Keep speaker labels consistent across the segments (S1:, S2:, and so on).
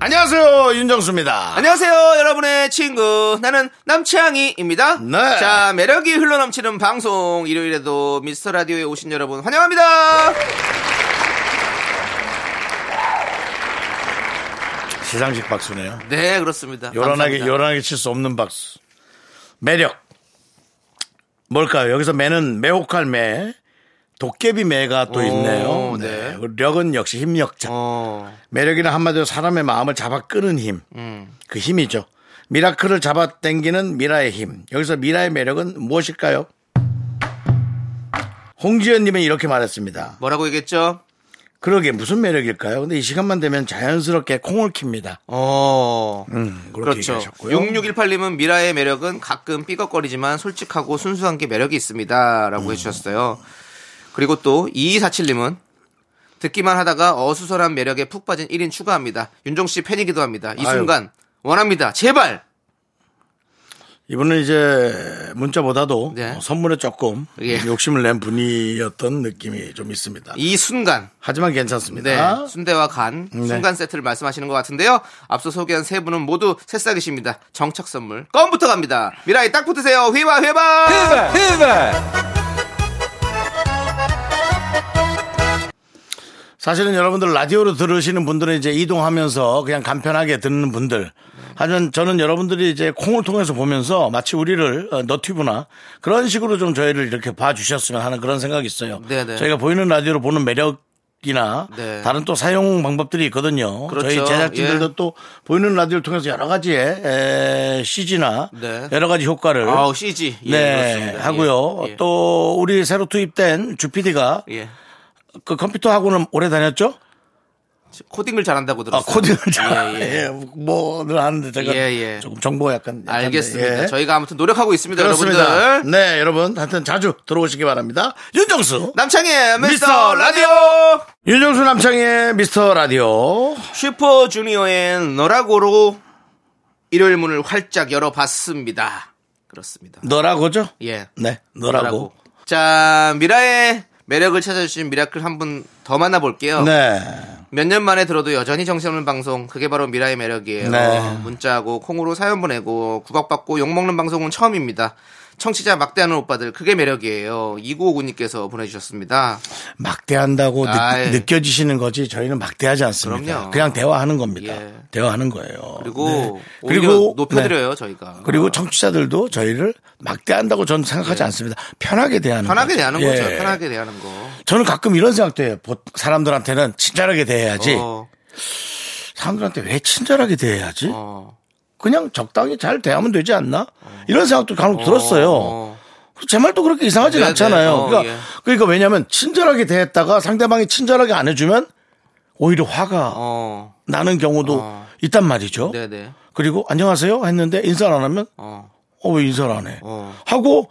S1: 안녕하세요 윤정수입니다.
S2: 안녕하세요, 여러분의 친구. 나는 남창희입니다.
S1: 네.
S2: 자, 매력이 흘러넘치는 방송. 일요일에도 미스터 라디오에 오신 여러분 환영합니다.
S1: 시상식 박수네요.
S2: 네, 그렇습니다.
S1: 요란하게
S2: 감사합니다.
S1: 요란하게 칠 수 없는 박수. 매력 뭘까요? 여기서 매는 매혹할 매, 도깨비 매가 또
S2: 오,
S1: 있네요.
S2: 네.
S1: 네. 력은 역시 힘력자.
S2: 어,
S1: 매력이란 한마디로 사람의 마음을 잡아 끄는 힘.
S2: 음.
S1: 그 힘이죠. 미라클을 잡아 당기는 미라의 힘. 여기서 미라의 매력은 무엇일까요? 홍지연님은 이렇게 말했습니다.
S2: 뭐라고 얘기했죠?
S1: 그러게 무슨 매력일까요? 근데 이 시간만 되면 자연스럽게 콩을 킵니다.
S2: 어,
S1: 음, 그렇게
S2: 그렇죠.
S1: 얘기하셨고요.
S2: 6618님은 미라의 매력은 가끔 삐걱거리지만 솔직하고 순수한 게 매력이 있습니다.
S1: 음.
S2: 라고 해주셨어요. 그리고 또 2247님은 듣기만 하다가 어수선한 매력에 푹 빠진 1인 추가합니다. 윤종 씨 팬이기도 합니다. 이
S1: 아유.
S2: 순간 원합니다. 제발!
S1: 이분은 이제 문자보다도
S2: 네.
S1: 어, 선물에 조금
S2: 예.
S1: 욕심을 낸 분이었던 느낌이 좀 있습니다.
S2: 이 순간.
S1: 하지만
S2: 네.
S1: 괜찮습니다.
S2: 순대와 간,
S1: 아? 네.
S2: 순간 세트를 말씀하시는 것 같은데요. 앞서 소개한 세 분은 모두 새싹이십니다. 정착 선물. 껌부터 갑니다. 미라에 딱 붙으세요. 휘바, 휘바!
S1: 사실은 여러분들 라디오로 들으시는 분들은 이제 이동하면서 그냥 간편하게 듣는 분들. 하지만 저는 여러분들이 이제 콩을 통해서 보면서 마치 우리를 어, 너튜브나 그런 식으로 좀 저희를 이렇게 봐주셨으면 하는 그런 생각이 있어요.
S2: 네네.
S1: 저희가 보이는 라디오로 보는 매력 이나
S2: 네.
S1: 다른 또 사용 방법들이 있거든요.
S2: 그렇죠.
S1: 저희 제작진들도
S2: 예.
S1: 또 보이는 라디오를 통해서 여러 가지의 CG나
S2: 네.
S1: 여러 가지 효과를
S2: 아우, CG. 예,
S1: 네,
S2: 그렇습니다. 예,
S1: 하고요.
S2: 예.
S1: 또 우리 새로 투입된 주피디가
S2: 예.
S1: 그 컴퓨터 학원은 오래 다녔죠?
S2: 코딩을 잘한다고
S1: 아,
S2: 들었어요.
S1: 코딩을 잘,
S2: 예,
S1: 예,
S2: 예.
S1: 뭐늘 하는데 제가
S2: 예, 예.
S1: 조금 정보가 약간. 약간,
S2: 알겠습니다.
S1: 예.
S2: 저희가 아무튼 노력하고 있습니다,
S1: 그렇습니다.
S2: 여러분들.
S1: 네, 여러분. 하여튼 자주 들어오시기 바랍니다. 윤정수.
S2: 남창의
S1: 미스터
S2: 미스터 라디오
S1: 윤정수 남창의 미스터 라디오.
S2: 슈퍼주니어의 너라고로 일요일 문을 활짝 열어봤습니다. 그렇습니다.
S1: 너라고죠?
S2: 예.
S1: 네, 너라고.
S2: 자, 미라의 매력을 찾아주신 미라클 한 분 더 만나볼게요.
S1: 네.
S2: 몇 년 만에 들어도 여전히 정신없는 방송 그게 바로 미라의 매력이에요
S1: 네.
S2: 문자하고 콩으로 사연 보내고 구박받고 욕먹는 방송은 처음입니다 청취자 막대하는 오빠들 그게 매력이에요 2959님께서 보내주셨습니다
S1: 막대한다고 느,
S2: 아이.
S1: 느껴지시는 거지 저희는 막대하지 않습니다.
S2: 그럼요.
S1: 그냥 대화하는 겁니다.
S2: 예.
S1: 대화하는 거예요.
S2: 그리고
S1: 네.
S2: 오히려
S1: 그리고
S2: 높여드려요 어.
S1: 네.
S2: 저희가 아,
S1: 그리고 청취자들도 저희를 막대한다고 저는 생각하지 않습니다. 편하게 대하는
S2: 예. 편하게
S1: 거죠.
S2: 대하는
S1: 예.
S2: 거죠 편하게 대하는 거
S1: 저는 가끔 이런 생각도 해요. 보- 사람들한테는 친절하게 대해야지.
S2: 어,
S1: 사람들한테 왜 친절하게 대해야지?
S2: 어,
S1: 그냥 적당히 잘 대하면 되지 않나? 이런 생각도 간혹 들었어요.
S2: 어.
S1: 제 말도 그렇게 이상하진
S2: 네, 네.
S1: 않잖아요.
S2: 어,
S1: 그러니까,
S2: 예.
S1: 그러니까 왜냐하면 친절하게 대했다가 상대방이 친절하게 안 해주면 오히려 화가
S2: 어,
S1: 나는 경우도 있단 말이죠.
S2: 네네
S1: 그리고 안녕하세요 했는데 인사를 안 하면
S2: 어,
S1: 어 왜 인사를 안 해?
S2: 어.
S1: 하고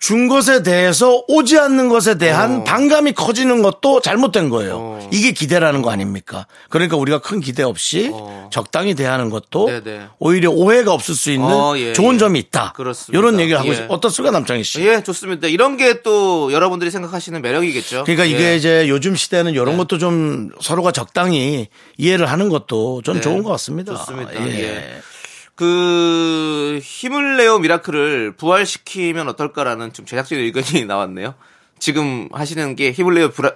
S1: 준 것에 대해서 오지 않는 것에
S2: 어.
S1: 대한 반감이 커지는 것도 잘못된 거예요. 이게 기대라는 거 아닙니까? 그러니까 우리가 큰 기대 없이 적당히 대하는 것도
S2: 어. 네네.
S1: 오히려 오해가 없을 수 있는
S2: 어, 예,
S1: 좋은
S2: 예.
S1: 점이 있다.
S2: 그렇습니다.
S1: 이런 얘기를 하고
S2: 예.
S1: 있어요. 어떻습니까, 남창희 씨?
S2: 예 좋습니다 이런 게 또 여러분들이 생각하시는 매력이겠죠
S1: 그러니까 이게
S2: 예. 네.
S1: 이제 요즘 시대는 이런 것도 좀 서로가 적당히 이해를 하는 것도 좀
S2: 네.
S1: 좋은 것 같습니다.
S2: 좋습니다.
S1: 예.
S2: 예. 그 힘을 내어 미라클을 부활시키면 어떨까라는 좀 제작진의 의견이 나왔네요. 지금 하시는 게 힘을 내어 브라,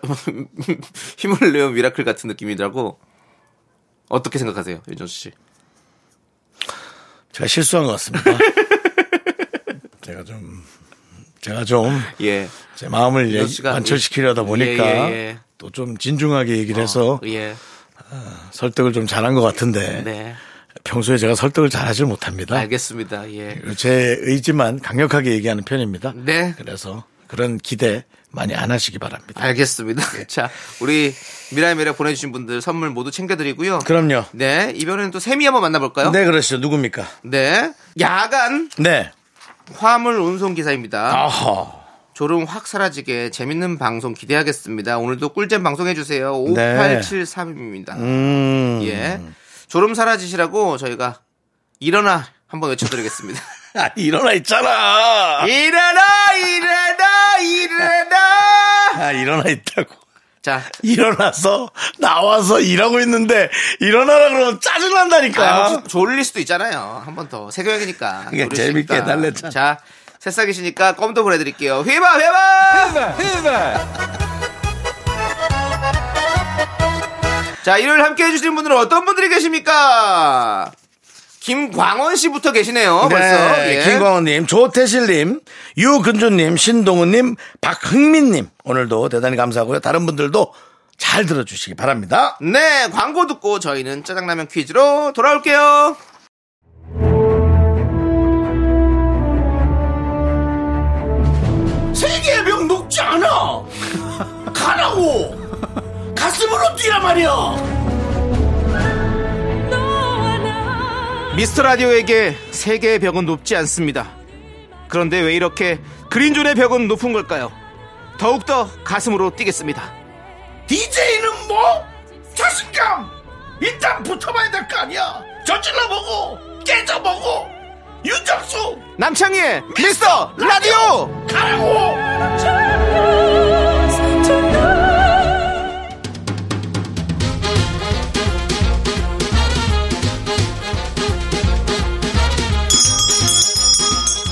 S2: 힘을 내어 미라클 같은 느낌이라고 어떻게 생각하세요, 윤정수 씨?
S1: 제가 실수한 것 같습니다. 제가 좀 제가 좀 제
S2: 예,
S1: 마음을
S2: 이런
S1: 얘기-
S2: 시간-
S1: 관철시키려다 보니까
S2: 예, 예, 예.
S1: 또 좀 진중하게 얘기를 해서
S2: 예,
S1: 설득을 좀 잘한 것 같은데
S2: 네,
S1: 평소에 제가 설득을 잘하지 못합니다.
S2: 알겠습니다. 예,
S1: 제 의지만 강력하게 얘기하는 편입니다.
S2: 네,
S1: 그래서 그런 기대 많이 안 하시기 바랍니다.
S2: 알겠습니다.
S1: 예.
S2: 자, 우리 미라의 매력 보내주신 분들 선물 모두 챙겨드리고요.
S1: 그럼요.
S2: 네, 이번에는 또 세미 한번 만나볼까요?
S1: 네, 그러시죠. 누굽니까?
S2: 네. 야간
S1: 네.
S2: 화물 운송 기사입니다.
S1: 아하.
S2: 졸음 확 사라지게 재밌는 방송 기대하겠습니다. 오늘도 꿀잼 방송해주세요.
S1: 네.
S2: 5873입니다.
S1: 음.
S2: 예. 졸음 사라지시라고 저희가 일어나 한번 외쳐드리겠습니다.
S1: 아, 일어나
S2: 예.
S1: 있잖아.
S2: 일어나, 일어나, 일어나!
S1: 아, 일어나 있다고.
S2: 자,
S1: 일어나서 나와서 일하고 있는데 일어나라 그러면 짜증난다니까.
S2: 아, 혹시 졸릴 수도 있잖아요. 한 번 더. 새벽이니까.
S1: 그러니까
S2: 졸릴 수
S1: 재밌게
S2: 있다.
S1: 해달래, 참.
S2: 자, 새싹이시니까 껌도 보내드릴게요. 휘바, 휘바! 자, 일요일 함께 해주시는 분들은 어떤 분들이 계십니까? 김광원 씨부터 계시네요, 벌써.
S1: 네,
S2: 예.
S1: 김광호님, 조태실님, 유근주님, 신동우님, 박흥민님 오늘도 대단히 감사하고요. 다른 분들도 잘 들어주시기 바랍니다.
S2: 네, 광고 듣고 저희는 짜장라면 퀴즈로 돌아올게요.
S1: 세계의 병 녹지 않아. 가라고. 가슴으로 뛰란 말이야.
S2: 미스터 라디오에게 세계의 벽은 높지 않습니다. 그런데 왜 이렇게 그린존의 벽은 높은 걸까요? 더욱더 가슴으로 뛰겠습니다.
S1: DJ는 뭐? 자신감. 일단 붙어봐야 될 거 아니야. 저질러보고 깨져보고 윤정수
S2: 남창희의 미스터 라디오!
S1: 가라고.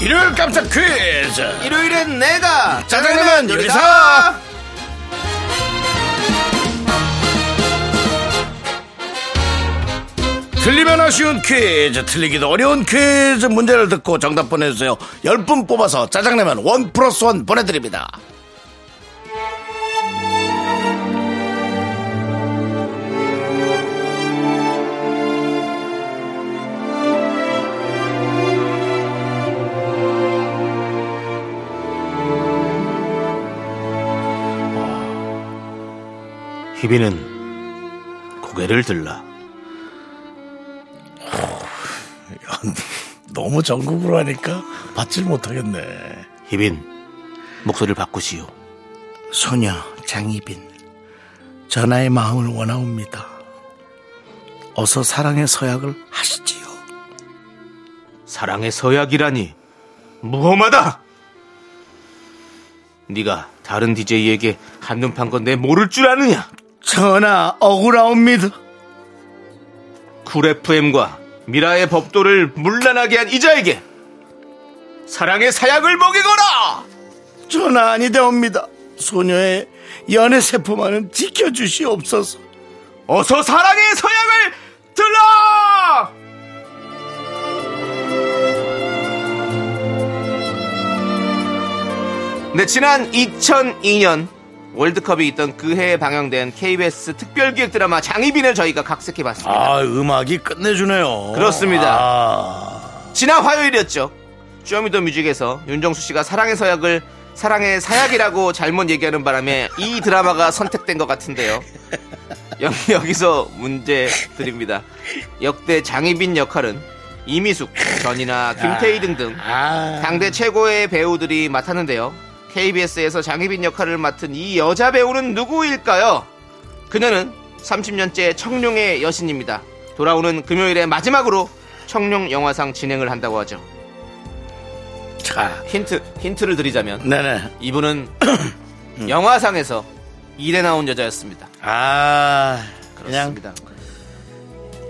S1: 일요일 깜짝 퀴즈.
S2: 일요일엔 내가
S1: 짜장라면
S2: 요리사!
S1: 틀리면 아쉬운 퀴즈, 틀리기도 어려운 퀴즈 문제를 듣고 정답 보내주세요. 10분 뽑아서 짜장라면 원 플러스 원 보내드립니다.
S2: 희비는 고개를 들라.
S1: 너무 전국으로 하니까 받질 못하겠네.
S2: 희빈, 목소리를 바꾸시오.
S1: 소녀 장희빈, 전하의 마음을 원하옵니다. 어서 사랑의 서약을 하시지요.
S2: 사랑의 서약이라니 무험하다. 네가 다른 DJ에게 한눈 판 건데 모를 줄 아느냐?
S1: 전하 억울하옵니다.
S2: 쿨 FM과 미라의 법도를 물란하게 한 이자에게 사랑의 사약을 먹이거라.
S1: 전하 아니되옵니다. 소녀의 연애 세포만은 지켜주시옵소서.
S2: 어서 사랑의 서약을 들라. 네, 지난 2002년 월드컵이 있던 그 해에 방영된 KBS 특별기획 드라마 장희빈을 저희가 각색해봤습니다.
S1: 아 음악이 끝내주네요.
S2: 그렇습니다.
S1: 아,
S2: 지난 화요일이었죠. 쇼미더뮤직에서 윤정수 씨가 사랑의 서약을 사랑의 사약이라고 잘못 얘기하는 바람에 이 드라마가 선택된 것 같은데요. 여기, 여기서 문제 드립니다. 역대 장희빈 역할은 이미숙, 전이나 김태희 등등
S1: 아.
S2: 당대 최고의 배우들이 맡았는데요. KBS에서 장희빈 역할을 맡은 이 여자 배우는 누구일까요? 그녀는 30년째 청룡의 여신입니다. 돌아오는 금요일에 마지막으로 청룡 영화상 진행을 한다고 하죠.
S1: 자,
S2: 힌트, 힌트를 드리자면
S1: 네네.
S2: 이분은 영화상에서 일에 나온 여자였습니다.
S1: 아 그냥
S2: 그렇습니다.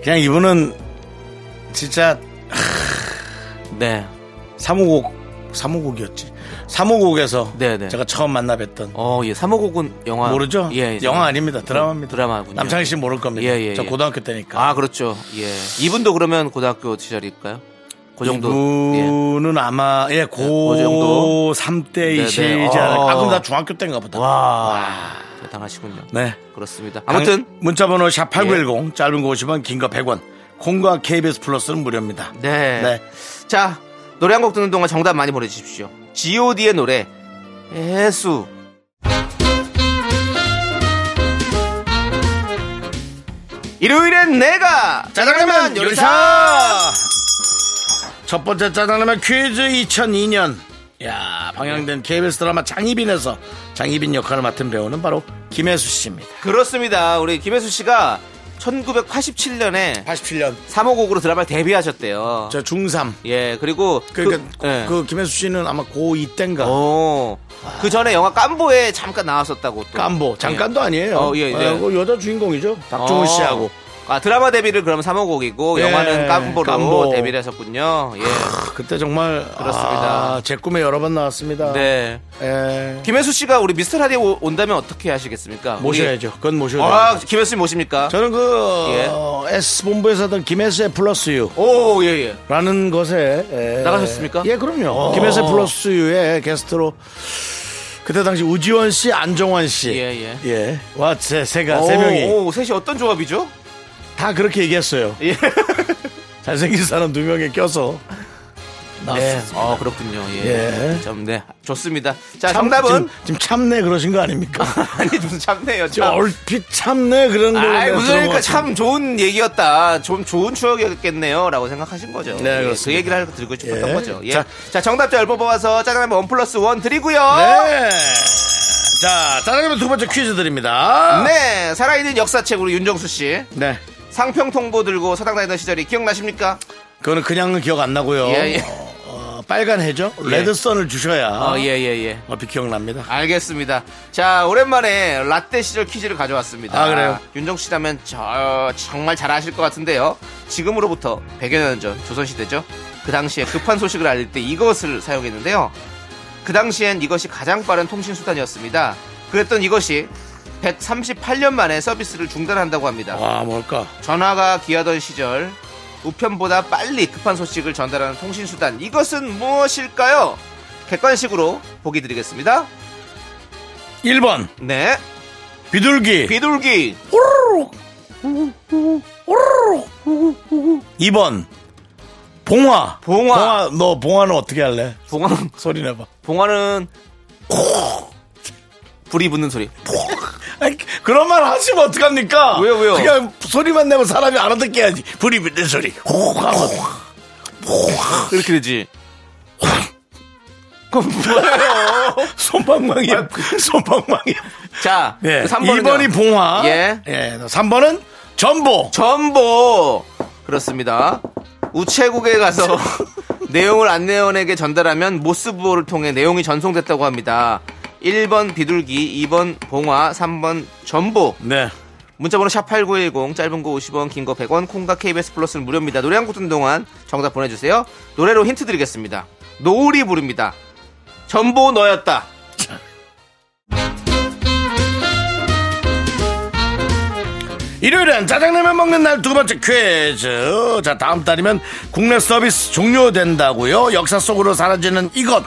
S1: 그냥 이분은 진짜
S2: 네.
S1: 3호곡 3호곡이었지. 3호곡에서
S2: 네네.
S1: 제가 처음 만나 뵀던
S2: 어, 예. 3호곡은 영화.
S1: 모르죠?
S2: 예, 예.
S1: 영화 아닙니다. 드라마입니다.
S2: 드라마군요.
S1: 남창희 씨 모를 겁니다.
S2: 예, 예,
S1: 저
S2: 예.
S1: 고등학교 때니까.
S2: 아, 그렇죠. 예. 이분도 그러면 고등학교 시절일까요? 그 정도. 예.
S1: 이분은 아마 예,
S2: 그 정도.
S1: 고3 때이시지
S2: 네, 네.
S1: 않을까. 아, 그럼
S2: 어.
S1: 나 중학교 때인가 보다.
S2: 와, 아, 대단하시군요.
S1: 네.
S2: 그렇습니다. 아무튼 예.
S1: 문자 번호 샵8910 짧은 거 50원, 긴 거 100원. 콩과 KBS 플러스는 무료입니다.
S2: 네.
S1: 네.
S2: 자 노래 한 곡 듣는 동안 정답 많이 보내주십시오. G.O.D의 의 노래 해수 일요일엔 내가 짜장라면 요리사
S1: 첫 번째 짜장라면 퀴즈 2002년. 야 방영된
S2: 네.
S1: KBS 드라마 장희빈에서 장희빈 역할을 맡은 배우는 바로 김혜수 씨입니다.
S2: 그렇습니다 우리 김혜수 씨가 1987년에
S1: 87년.
S2: 3호곡으로 드라마에 데뷔하셨대요
S1: 저 중3.
S2: 예 그리고 어.
S1: 그러니까 그,
S2: 그, 예.
S1: 김혜수 씨는 아마 고2 땐가.
S2: 오. 그 전에 영화 깜보에 잠깐 나왔었다고 또.
S1: 깜보. 잠깐도 아니에요.
S2: 예. 어, 예, 예.
S1: 아, 그 여자 주인공이죠. 박종훈
S2: 어.
S1: 씨하고.
S2: 아, 드라마 데뷔를 그럼 3호곡이고
S1: 예,
S2: 영화는 깜보로
S1: 깜보.
S2: 데뷔를 했었군요. 예.
S1: 그때 정말
S2: 그렇습니다.
S1: 아, 제 꿈에 여러 번 나왔습니다.
S2: 네.
S1: 예.
S2: 김혜수 씨가 우리 미스터 라디오 오- 온다면 어떻게 하시겠습니까? 우리-
S1: 모셔야죠. 그건 모셔야죠.
S2: 아, 김혜수 씨 모십니까?
S1: 저는 그
S2: 예.
S1: 어, S 본부에서 하던 김혜수의 플러스
S2: 오, 예, 예.
S1: 유라는 것에 예.
S2: 나가셨습니까? 어.
S1: 예, 그럼요. 김혜수의 플러스 유의 게스트로 그때 당시 우지원 씨, 안정환 씨,
S2: 예, 예.
S1: 와세 세가 아, 세
S2: 오,
S1: 명이
S2: 오, 셋이 어떤 조합이죠?
S1: 다 그렇게 얘기했어요.
S2: 예.
S1: 잘생긴 사람 두 명에 껴서 나왔습니다.
S2: 아, 그렇군요. 예.
S1: 네. 예.
S2: 참, 네. 좋습니다. 자, 아, 정답은?
S1: 지금, 지금 참네 그러신 거 아닙니까?
S2: 아니, 무슨 참네요.
S1: 지금
S2: 참.
S1: 얼핏 참네 그런 거.
S2: 아이, 무슨 그러니까 참 좋은 얘기였다. 좀 좋은 추억이었겠네요. 라고 생각하신 거죠.
S1: 네,
S2: 예, 그
S1: 그렇습니다.
S2: 얘기를 하고 드리고 싶었던
S1: 예.
S2: 거죠. 예. 자,
S1: 자.
S2: 정답자 10번 뽑아서 짜장라면 원 플러스 원 드리고요.
S1: 네. 자, 따라가면 두 번째 퀴즈 드립니다.
S2: 네, 살아있는 역사책 우리 윤정수 씨.
S1: 네.
S2: 상평 통보 들고 서당 다니던 시절이 기억나십니까?
S1: 그거는 그냥 기억 안 나고요.
S2: 예, 예.
S1: 어, 어, 빨간 해죠? 레드선을 주셔야
S2: 어, 예, 예, 예.
S1: 어피 아, 기억납니다.
S2: 알겠습니다. 자, 오랜만에 라떼 시절 퀴즈를 가져왔습니다.
S1: 아, 그래요?
S2: 윤정수 씨라면 저, 정말 잘 아실 것 같은데요. 지금으로부터 100여 년 전, 조선시대죠. 그 당시에 급한 소식을 알릴 때 이것을 사용했는데요. 그 당시엔 이것이 가장 빠른 통신수단이었습니다. 그랬던 이것이 138년 만에 서비스를 중단한다고 합니다.
S1: 와, 아, 뭘까?
S2: 전화가 귀하던 시절 우편보다 빨리 급한 소식을 전달하는 통신수단 이것은 무엇일까요? 객관식으로 보기 드리겠습니다
S1: 1번,
S2: 네
S1: 비둘기.
S2: 비둘기
S1: 2번, 봉화.
S2: 봉화.
S1: 너 봉화는 어떻게 할래?
S2: 봉화는
S1: 소리 내봐.
S2: 봉화는 불이 붙는 소리
S1: 아이, 그런 말 하시면 어떡합니까?
S2: 왜요, 왜요?
S1: 그냥 소리만 내면 사람이 알아듣게 해야지. 불이 붙는 소리. 호호
S2: 어?
S1: 하고.
S2: 이렇게 되지 그럼 뭐예요 아,
S1: 손방망이야. 손방망이야.
S2: 자
S1: 네.
S2: 그 3번은요
S1: 2번이 봉화.
S2: 예.
S1: 3번은 전보.
S2: 전보 그렇습니다. 우체국에 가서 내용을 안내원에게 전달하면 모스부호를 통해 내용이 전송됐다고 합니다. 1번 비둘기, 2번 봉화, 3번 전보.
S1: 네.
S2: 문자번호 샵8910 짧은 거 50원, 긴 거 100원, 콩과 KBS 플러스는 무료입니다. 노래 한 곡 듣는 동안 정답 보내주세요. 노래로 힌트 드리겠습니다. 노을이 부릅니다. 전보 너였다.
S1: 일요일엔 짜장라면 먹는 날 두 번째 퀴즈. 자, 다음 달이면 국내 서비스 종료된다고요. 역사 속으로 사라지는 이것.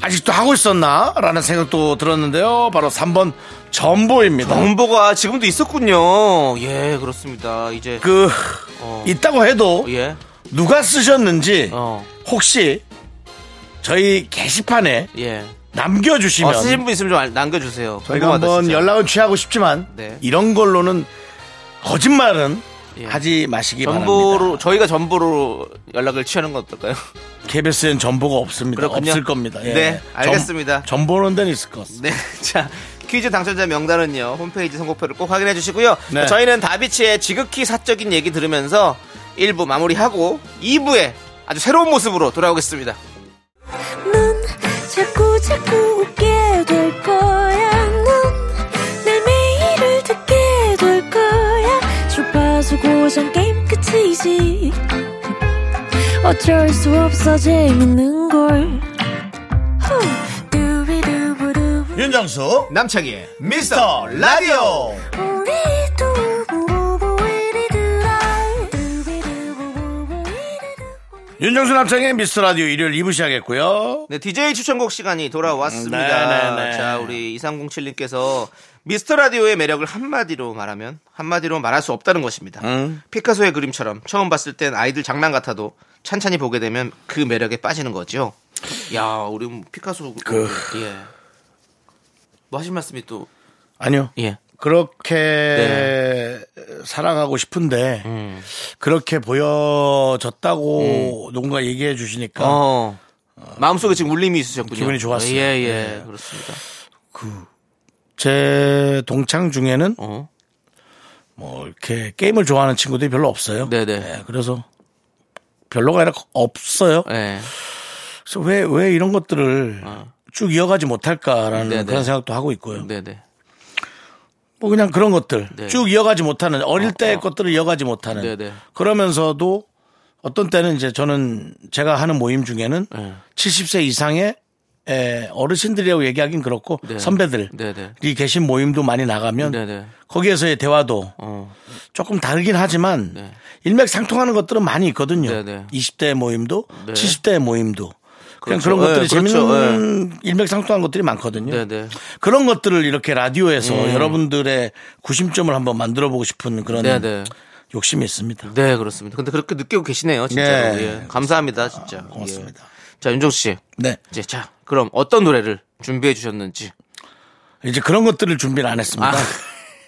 S1: 아직도 하고 있었나? 라는 생각도 들었는데요. 바로 3번 전보입니다.
S2: 전보가 지금도 있었군요. 예, 그렇습니다. 이제 어,
S1: 그, 있다고 해도
S2: 예,
S1: 누가 쓰셨는지
S2: 어,
S1: 혹시 저희 게시판에
S2: 예.
S1: 남겨주시면
S2: 어, 쓰신 분 있으면 좀 알- 남겨주세요.
S1: 저희가
S2: 궁금하다,
S1: 한번
S2: 진짜.
S1: 연락을 취하고 싶지만
S2: 네.
S1: 이런 걸로는 거짓말은
S2: 예.
S1: 하지 마시기
S2: 전보로
S1: 바랍니다.
S2: 저희가 전보로 연락을 취하는 건 어떨까요?
S1: KBS엔 전보가 없습니다.
S2: 그렇군요.
S1: 없을 겁니다. 예.
S2: 네,
S1: 전-
S2: 알겠습니다.
S1: 전보는 데는 있을 것 같습니다.
S2: 네, 자 퀴즈 당첨자 명단은요 홈페이지 선곡표를 꼭 확인해 주시고요.
S1: 네.
S2: 자, 저희는 다비치의 지극히 사적인 얘기 들으면서 1부 마무리하고 2부에 아주 새로운 모습으로 돌아오겠습니다.
S3: 넌 자꾸 자꾸 웃게 될 거야. 넌내 매일을 듣게 될 거야. 주파수 고정 게임 끝이지. 어쩔 수 없어 재밌는 걸. 후. 두비두부두.
S1: 윤정수
S2: 남창희의 미스터 라디오
S3: 우리 두부부부 우리들아. 두비두부부부 우리들아.
S1: 윤정수 남창의 미스터라디오 일요일 2부 시작했고요.
S2: 네, DJ 추천곡 시간이 돌아왔습니다.
S1: 음, 네, 네, 네.
S2: 자, 우리 2307님께서 미스터 라디오의 매력을 한마디로 말하면 한마디로 말할 수 없다는 것입니다. 피카소의 그림처럼 처음 봤을 땐 아이들 장난 같아도 찬찬히 보게 되면 그 매력에 빠지는 거죠. 야, 우리 피카소 그 예. 뭐 하신 말씀이 또
S1: 아니요.
S2: 예. 네.
S1: 그렇게 살아가고 싶은데
S2: 음.
S1: 그렇게 보여졌다고 누군가 얘기해 주시니까
S2: 어. 마음속에 지금 울림이 있으셨군요.
S1: 기분이 좋았어요.
S2: 예, 예.
S1: 예.
S2: 그렇습니다.
S1: 제 동창 중에는
S2: 어.
S1: 뭐 이렇게 게임을 좋아하는 친구들이 별로 없어요.
S2: 네네.
S1: 예, 그래서 별로가 아니라 없어요.
S2: 예.
S1: 그래서 왜, 왜 이런 것들을 쭉 이어가지 못할까라는
S2: 아. 네네.
S1: 그런 생각도 하고 있고요.
S2: 네, 네.
S1: 뭐 그냥 그런 것들
S2: 네.
S1: 쭉 이어가지 못하는 어릴 때의
S2: 어.
S1: 것들을 이어가지 못하는
S2: 네네.
S1: 그러면서도 어떤 때는 이제 저는 제가 하는 모임 중에는
S2: 네.
S1: 70세 이상의 에, 어르신들이라고 얘기하긴 그렇고
S2: 네.
S1: 선배들이
S2: 네, 네.
S1: 계신 모임도 많이 나가면
S2: 네, 네.
S1: 거기에서의 대화도
S2: 어.
S1: 조금 다르긴 하지만 일맥상통하는 것들은 많이 있거든요.
S2: 네. 네네.
S1: 20대 모임도
S2: 네.
S1: 70대 모임도 그냥
S2: 그렇죠.
S1: 그런 것들이
S2: 네, 그렇죠.
S1: 재밌는 일맥상통한 것들이 많거든요.
S2: 네, 네.
S1: 그런 것들을 이렇게 라디오에서 여러분들의 구심점을 한번 만들어 보고 싶은 그런
S2: 네, 네.
S1: 욕심이 있습니다.
S2: 네, 그렇습니다. 근데 그렇게 느끼고 계시네요, 진짜로.
S1: 네. 아,
S2: 예. 감사합니다, 진짜.
S1: 고맙습니다.
S2: 예. 자, 윤종 씨.
S1: 네.
S2: 이제 자, 그럼 어떤 노래를 준비해 주셨는지.
S1: 이제 그런 것들을 준비를 안 했습니다.
S2: 아.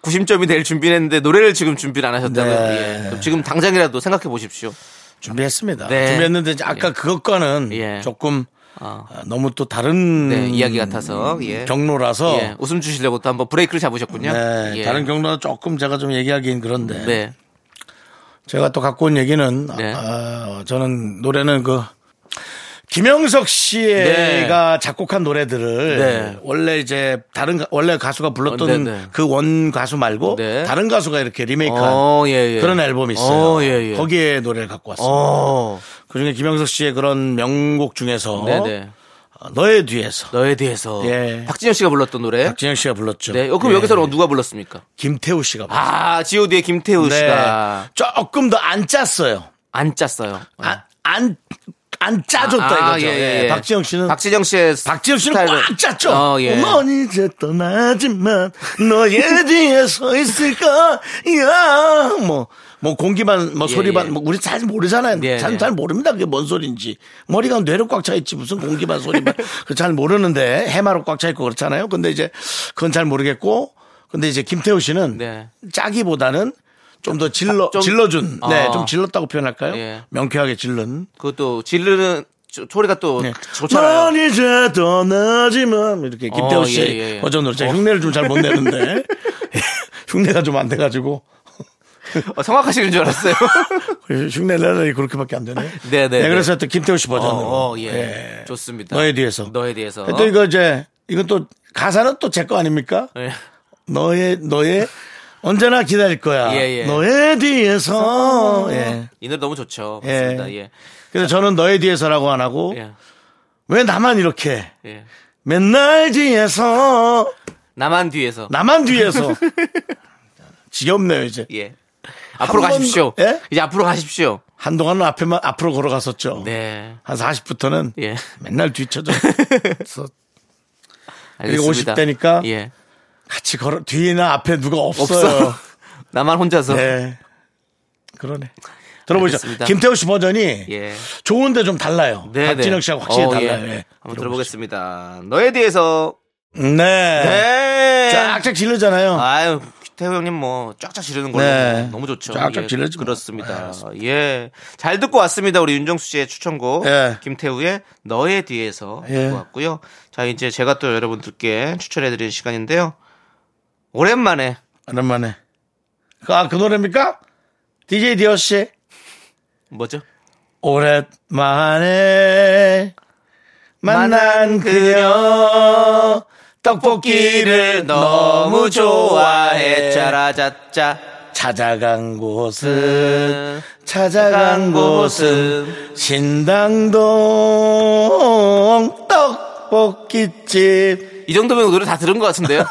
S2: 구심점이 될 준비를 했는데 노래를 지금 준비를 안 하셨다고요.
S1: 네.
S2: 예. 그럼 지금 당장이라도 생각해 보십시오.
S1: 준비했습니다.
S2: 네.
S1: 준비했는데 이제 아까 그것과는
S2: 예.
S1: 조금
S2: 아.
S1: 아, 너무 또 다른
S2: 네, 이야기 같아서. 예.
S1: 경로라서
S2: 예, 웃음 주시려고 또 한번 브레이크를 잡으셨군요.
S1: 어. 네,
S2: 예.
S1: 다른 경로는 조금 제가 좀 얘기하기는 그런데
S2: 네.
S1: 제가 또 갖고 온 얘기는
S2: 네.
S1: 아, 저는 노래는 그 김영석 씨가 작곡한 노래들을
S2: 네.
S1: 원래 이제 다른 가- 원래 가수가 불렀던
S2: 네, 네.
S1: 그 원 가수 말고
S2: 네.
S1: 다른 가수가 이렇게 리메이크한
S2: 어, 예, 예.
S1: 그러니까 그런 앨범이 있어요.
S2: 어, 예, 예.
S1: 거기에 노래를 갖고 왔어요.
S2: 어,
S1: 그중에 김영석 씨의 그런 명곡 중에서
S2: 네네.
S1: 어, 너의 뒤에서
S2: 너에 대해서.
S1: 예.
S2: 박진영 씨가 불렀던 노래.
S1: 박진영 씨가 불렀죠.
S2: 네. 어, 그럼
S1: 예.
S2: 여기서는 누가 불렀습니까?
S1: 김태우 씨가 불렀어요.
S2: 아, GOD의 김태우
S1: 네.
S2: 씨가
S1: 조금 더 안 짰어요.
S2: 안 짰어요.
S1: 아,
S2: 예.
S1: 안, 안, 안 짜줬다
S2: 아,
S1: 이거죠.
S2: 예, 예, 예.
S1: 박지영 씨는
S2: 박진영 씨의
S1: 박지영 씨는
S2: 스타일은-
S1: 꽉 짰죠.
S2: 어, 예.
S1: 넌 이제 떠나지만 너의 뒤에 서 있을까? 야, 뭐. 뭐 공기반 뭐
S2: 예,
S1: 소리반
S2: 예.
S1: 뭐 우리 잘 모르잖아요.
S2: 예,
S1: 잘,
S2: 예.
S1: 잘 모릅니다. 그게 뭔 소리인지. 머리가 뇌로 꽉 차 있지 무슨 공기반 소리반 그 잘 모르는데 해마로 꽉 차 있고 그렇잖아요. 근데 이제 그건 잘 모르겠고 근데 이제 김태우 씨는
S2: 네.
S1: 짜기보다는 좀 더 질러
S2: 좀-
S1: 질러준 네,
S2: 아.
S1: 좀 질렀다고 표현할까요?
S2: 예.
S1: 명쾌하게 질른
S2: 그것도 질르는 조- 소리가 또
S1: 네.
S2: 좋잖아요.
S1: 난 이제 떠나지만 이렇게 김태호
S2: 어,
S1: 씨
S2: 예, 예, 예.
S1: 버전으로 제가 흉내를 좀 잘 못 내는데 예, 흉내가 좀 안 돼가지고
S2: 어, 성악하시는 줄 알았어요.
S1: 흉내 내려니 그렇게밖에 안 되네요.
S2: 네, 네, 네.
S1: 그래서 또 김태호 씨 버전으로
S2: 어, 어, 예. 좋습니다.
S1: 너에 대해서
S2: 너에 대해서.
S1: 또 이거 이제 이건 또 가사는 또 제 거 아닙니까?
S2: 예.
S1: 너의 너의 언제나 기다릴 거야.
S2: 예, 어. 예.
S1: 너의 뒤에서 예.
S2: 이 노래 너무 좋죠.
S1: 예.
S2: 맞습니다. 예.
S1: 그래서 저는 너의 뒤에서라고 안 하고
S2: 예.
S1: 왜 나만 이렇게
S2: 예.
S1: 맨날 뒤에서
S2: 나만 뒤에서.
S1: 나만 뒤에서 지겹네요 이제
S2: 예. 앞으로
S1: 번-
S2: 가십시오.
S1: 예?
S2: 이제 앞으로 가십시오.
S1: 한동안은 앞에만 앞으로 걸어갔었죠
S2: 네.
S1: 한 40부터는
S2: 예.
S1: 맨날 뒤쳐져 서 그리고
S2: 알겠습니다.
S1: 50 대니까
S2: 예.
S1: 같이 걸어 뒤나 앞에 누가 없어요
S2: 없어. 나만 혼자서.
S1: 네 그러네 들어보죠
S2: 알겠습니다.
S1: 김태우 씨 버전이
S2: 예.
S1: 좋은데 좀 달라요
S2: 네,
S1: 박진영
S2: 네.
S1: 씨하고 확실히
S2: 어, 예.
S1: 달라요 예.
S2: 한번 들어보겠습니다. 너에 대해서.
S1: 네,
S2: 네.
S1: 쫙쫙 질르잖아요
S2: 아유, 태호 형님 뭐 쫙쫙 지르는 걸로
S1: 네.
S2: 너무 좋죠.
S1: 쫙쫙
S2: 예,
S1: 지르지 뭐.
S2: 그렇습니다. 예. 잘 듣고 왔습니다. 우리 윤정수 씨의 추천곡.
S1: 예.
S2: 김태우의 너의 뒤에서
S1: 예.
S2: 듣고 왔고요. 자, 이제 제가 또 여러분들께 추천해드리는 시간인데요. 오랜만에
S1: 오랜만에 아 그 노래입니까 DJ 디어 씨
S2: 뭐죠?
S1: 오랜만에 만난 그녀 떡볶이를 너무 좋아해 짜라
S2: 짜라짜짜
S1: 찾아간 곳은 찾아간 그 곳은 신당동 떡볶이집
S2: 이 정도면 노래 다 들은 것 같은데요?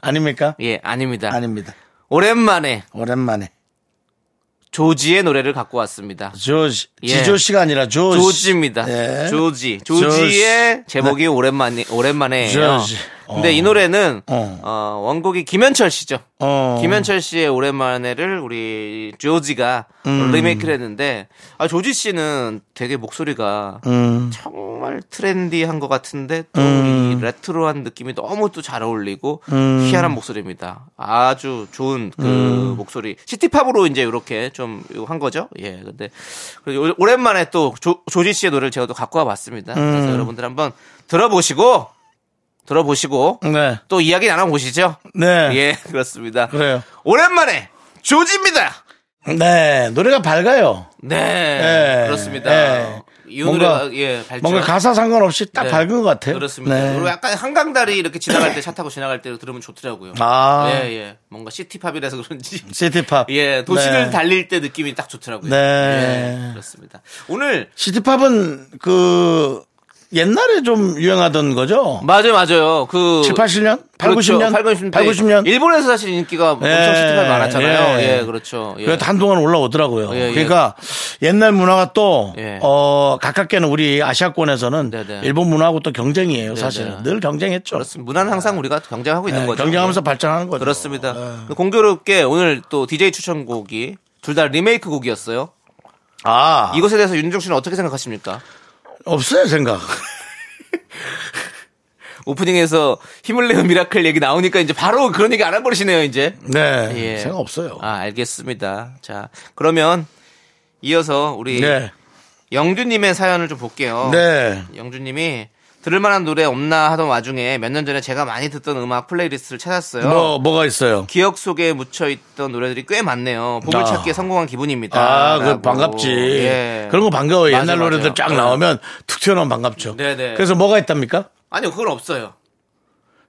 S1: 아닙니까?
S2: 예, 아닙니다.
S1: 아닙니다.
S2: 오랜만에
S1: 오랜만에
S2: 조지의 노래를 갖고 왔습니다.
S1: 조지
S2: 예.
S1: 지조 씨가 아니라 조지
S2: 조지입니다.
S1: 예.
S2: 네. 조지. 네.
S1: 조지.
S2: 조지의 제목이 오랜만이 오랜만에
S1: 조지
S2: 근데 이 노래는
S1: 어.
S2: 어, 원곡이 김현철 씨죠.
S1: 어.
S2: 김현철 씨의 오랜만에를 우리 조지가
S1: 음.
S2: 리메이크를 했는데 아 조지 씨는 되게 목소리가
S1: 음.
S2: 정말 트렌디한 것 같은데 또 이 레트로한 느낌이 너무 또 잘 어울리고
S1: 음.
S2: 희한한 목소리입니다. 아주 좋은 그 목소리. 시티팝으로 이제 이렇게 좀 한 거죠. 예. 근데 그리고 오- 오랜만에 또 조, 지 씨의 노래를 제가 또 갖고 와봤습니다.
S1: 음.
S2: 그래서 여러분들 한번 들어보시고 들어보시고
S1: 네.
S2: 또 이야기 나눠보시죠.
S1: 네.
S2: 예, 그렇습니다.
S1: 그래요.
S2: 오랜만에 조지입니다.
S1: 네. 노래가 밝아요.
S2: 네,
S1: 예.
S2: 그렇습니다.
S1: 예.
S2: 이
S1: 뭔가-
S2: 노래가 예, 발전.
S1: 뭔가 가사 상관없이 딱
S2: 네.
S1: 밝은 것 같아요.
S2: 그렇습니다.
S1: 네.
S2: 그리고 약간 한강다리 이렇게 지나갈 때 차 타고 지나갈 때 들으면 좋더라고요.
S1: 아.
S2: 예, 예. 뭔가 시티팝이라서 그런지.
S1: 시티팝.
S2: 예, 도시를
S1: 네.
S2: 달릴 때 느낌이 딱 좋더라고요.
S1: 네.
S2: 예, 그렇습니다. 오늘
S1: 시티팝은 그 옛날에 좀 유행하던 거죠?
S2: 맞아요, 맞아요. 뭐, 그
S1: 7, 80년? 8, 90년?
S2: 80,
S1: 90년?
S2: 일본에서 사실 인기가 엄청 시티팝 많았잖아요.
S1: 예.
S2: 예, 그렇죠. 예.
S1: 그래도 한동안 올라오더라고요.
S2: 예, 예.
S1: 그러니까 옛날 문화가 또,
S2: 예.
S1: 어, 가깝게는 우리 아시아권에서는
S2: 네, 네.
S1: 일본 문화하고 또 경쟁이에요, 사실은.
S2: 네.
S1: 늘 경쟁했죠.
S2: 그렇습니다. 문화는 항상 우리가 경쟁하고 있는
S1: 네,
S2: 거죠.
S1: 경쟁하면서
S2: 예.
S1: 발전하는 거죠.
S2: 그렇습니다.
S1: 예.
S2: 공교롭게 오늘 또 DJ 추천곡이 둘 다 리메이크 곡이었어요.
S1: 아, 이거
S2: 이것에 대해서 윤정 씨는 어떻게 생각하십니까?
S1: 없어요, 생각.
S2: 오프닝에서 힘을 내요 미라클 얘기 나오니까 이제 바로 그런 얘기 안 해버리시네요 이제.
S1: 네.
S2: 예.
S1: 생각 없어요.
S2: 아 알겠습니다. 자 그러면 이어서 우리
S1: 네.
S2: 영주님의 사연을 좀 볼게요.
S1: 네.
S2: 영주님이 들을 만한 노래 없나 하던 와중에 몇 년 전에 제가 많이 듣던 음악 플레이리스트를 찾았어요.
S1: 뭐, 뭐가 있어요?
S2: 기억 속에 묻혀있던 노래들이 꽤 많네요. 보물
S1: 아.
S2: 찾기에 성공한 기분입니다.
S1: 아, 그
S2: 라고.
S1: 반갑지.
S2: 예.
S1: 그런 거 반가워요.
S2: 맞아,
S1: 옛날
S2: 맞아요.
S1: 노래들 쫙
S2: 네.
S1: 나오면 툭 튀어나오면 반갑죠.
S2: 네네.
S1: 그래서 뭐가 있답니까?
S2: 아니요, 그건 없어요.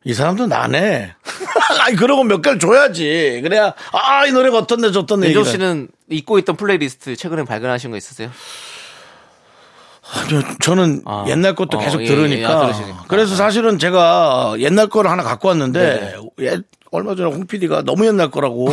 S1: 이 사람도 나네. 아니, 그러고 몇 개를 줘야지. 그래야, 아, 이 노래가 어떤데 저떤데.
S2: 윤정
S1: 얘기를
S2: 씨는 잊고 있던 플레이리스트 최근에 발견하신 거 있으세요?
S1: 저- 저는
S2: 아.
S1: 옛날 것도
S2: 어,
S1: 계속
S2: 예, 예, 아,
S1: 들으니까.
S2: 들으시니까. 아.
S1: 그래서 사실은 제가 옛날 거를 하나 갖고
S2: 네,
S1: 왔는데 옛- 얼마 전에 홍 PD가 너무 옛날 거라고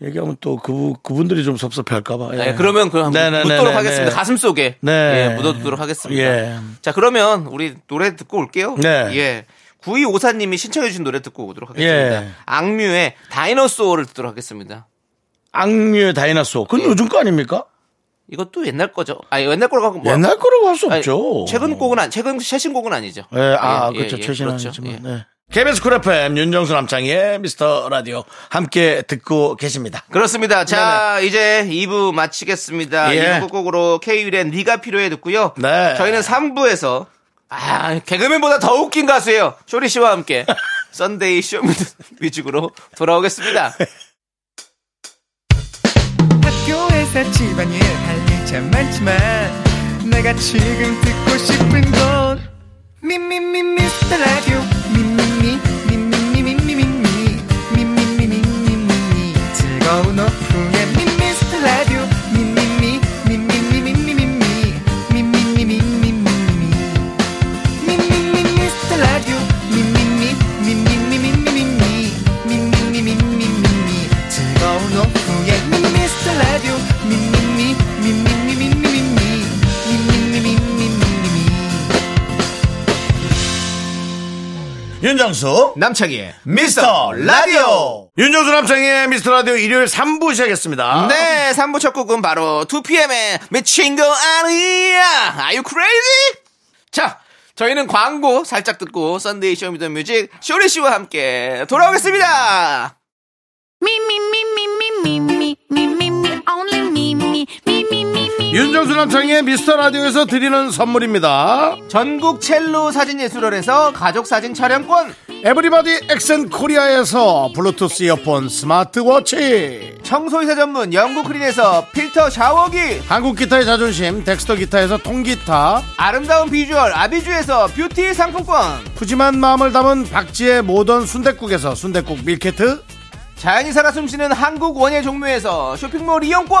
S1: 얘기하면 또 그, 그분들이 좀 섭섭해할까봐. 예.
S2: 네, 그러면 그럼 한번
S1: 네네네네네.
S2: 묻도록 하겠습니다. 가슴 속에
S1: 네.
S2: 예, 묻어두도록 하겠습니다.
S1: 예.
S2: 자, 그러면 우리 노래 듣고 올게요.
S1: 네.
S2: 예. 9254님이 신청해주신 노래 듣고 오도록 하겠습니다.
S1: 예.
S2: 악뮤의 다이너소어를 듣도록 하겠습니다.
S1: 악뮤의 다이너소.
S2: 예.
S1: 그건 요즘 거 아닙니까?
S2: 이것도 옛날 거죠. 아, 옛날 거라고 뭐-
S1: 옛날 거라고 할 수
S2: 아니,
S1: 없죠. 뭐.
S2: 최근 곡은 안, 최근 최신 곡은 아니죠.
S1: 예, 아,
S2: 예,
S1: 그렇죠.
S2: 예,
S1: 최신한
S2: 그렇죠.
S1: 지금.
S2: 예.
S1: 네. KBS 쿨 FM 윤정수 남창희의 미스터 라디오 함께 듣고 계십니다.
S2: 그렇습니다. 자, 이제 2부 마치겠습니다.
S1: 예.
S2: 2부 곡으로 K-윌의 네가 필요해 듣고요.
S1: 네.
S2: 저희는 3부에서 아, 개그맨보다 더 웃긴 가수예요. 쇼리 씨와 함께 썬데이 쇼미드 뮤직으로 돌아오겠습니다.
S4: 학교에서 집안일 할 일 참 많지만 내가 지금 듣고 싶은 건 미미미 미스터 라디오 미미미 미미미 미미미 미미미 미미미 즐거운 오후에 미미스터 라디오 미미미 미미미 미미미 미미미 미미미
S1: 윤정수
S2: 남창희의
S1: 미스터 라디오 윤정수 남창희의 미스터 라디오 일요일 3부 시작했습니다.
S2: 네, 3부 첫 곡은 바로 2PM의 미친 거 아니야. Are you crazy? 자, 저희는 광고 살짝 듣고 썬데이 쇼미더 뮤직 쇼리 씨와 함께 돌아오겠습니다.
S3: Me, me, me, me, me, me, me, me, me, me, only me, me, me, me, me, me.
S1: 윤정수 남창희의 미스터 라디오에서 드리는 선물입니다.
S2: 전국 첼로 사진 예술원에서 가족 사진 촬영권,
S1: 에브리바디 엑센 코리아에서 블루투스 이어폰 스마트워치
S2: 청소이사 전문 영국 크린에서 필터 샤워기,
S1: 한국 기타의 자존심 덱스터 기타에서 통기타
S2: 아름다운 비주얼 아비주에서 뷰티 상품권,
S1: 푸짐한 마음을 담은 박지의 모던 순댓국에서 순댓국 밀키트
S2: 자연이 살아 숨쉬는 한국 원예 종묘에서 쇼핑몰 이용권,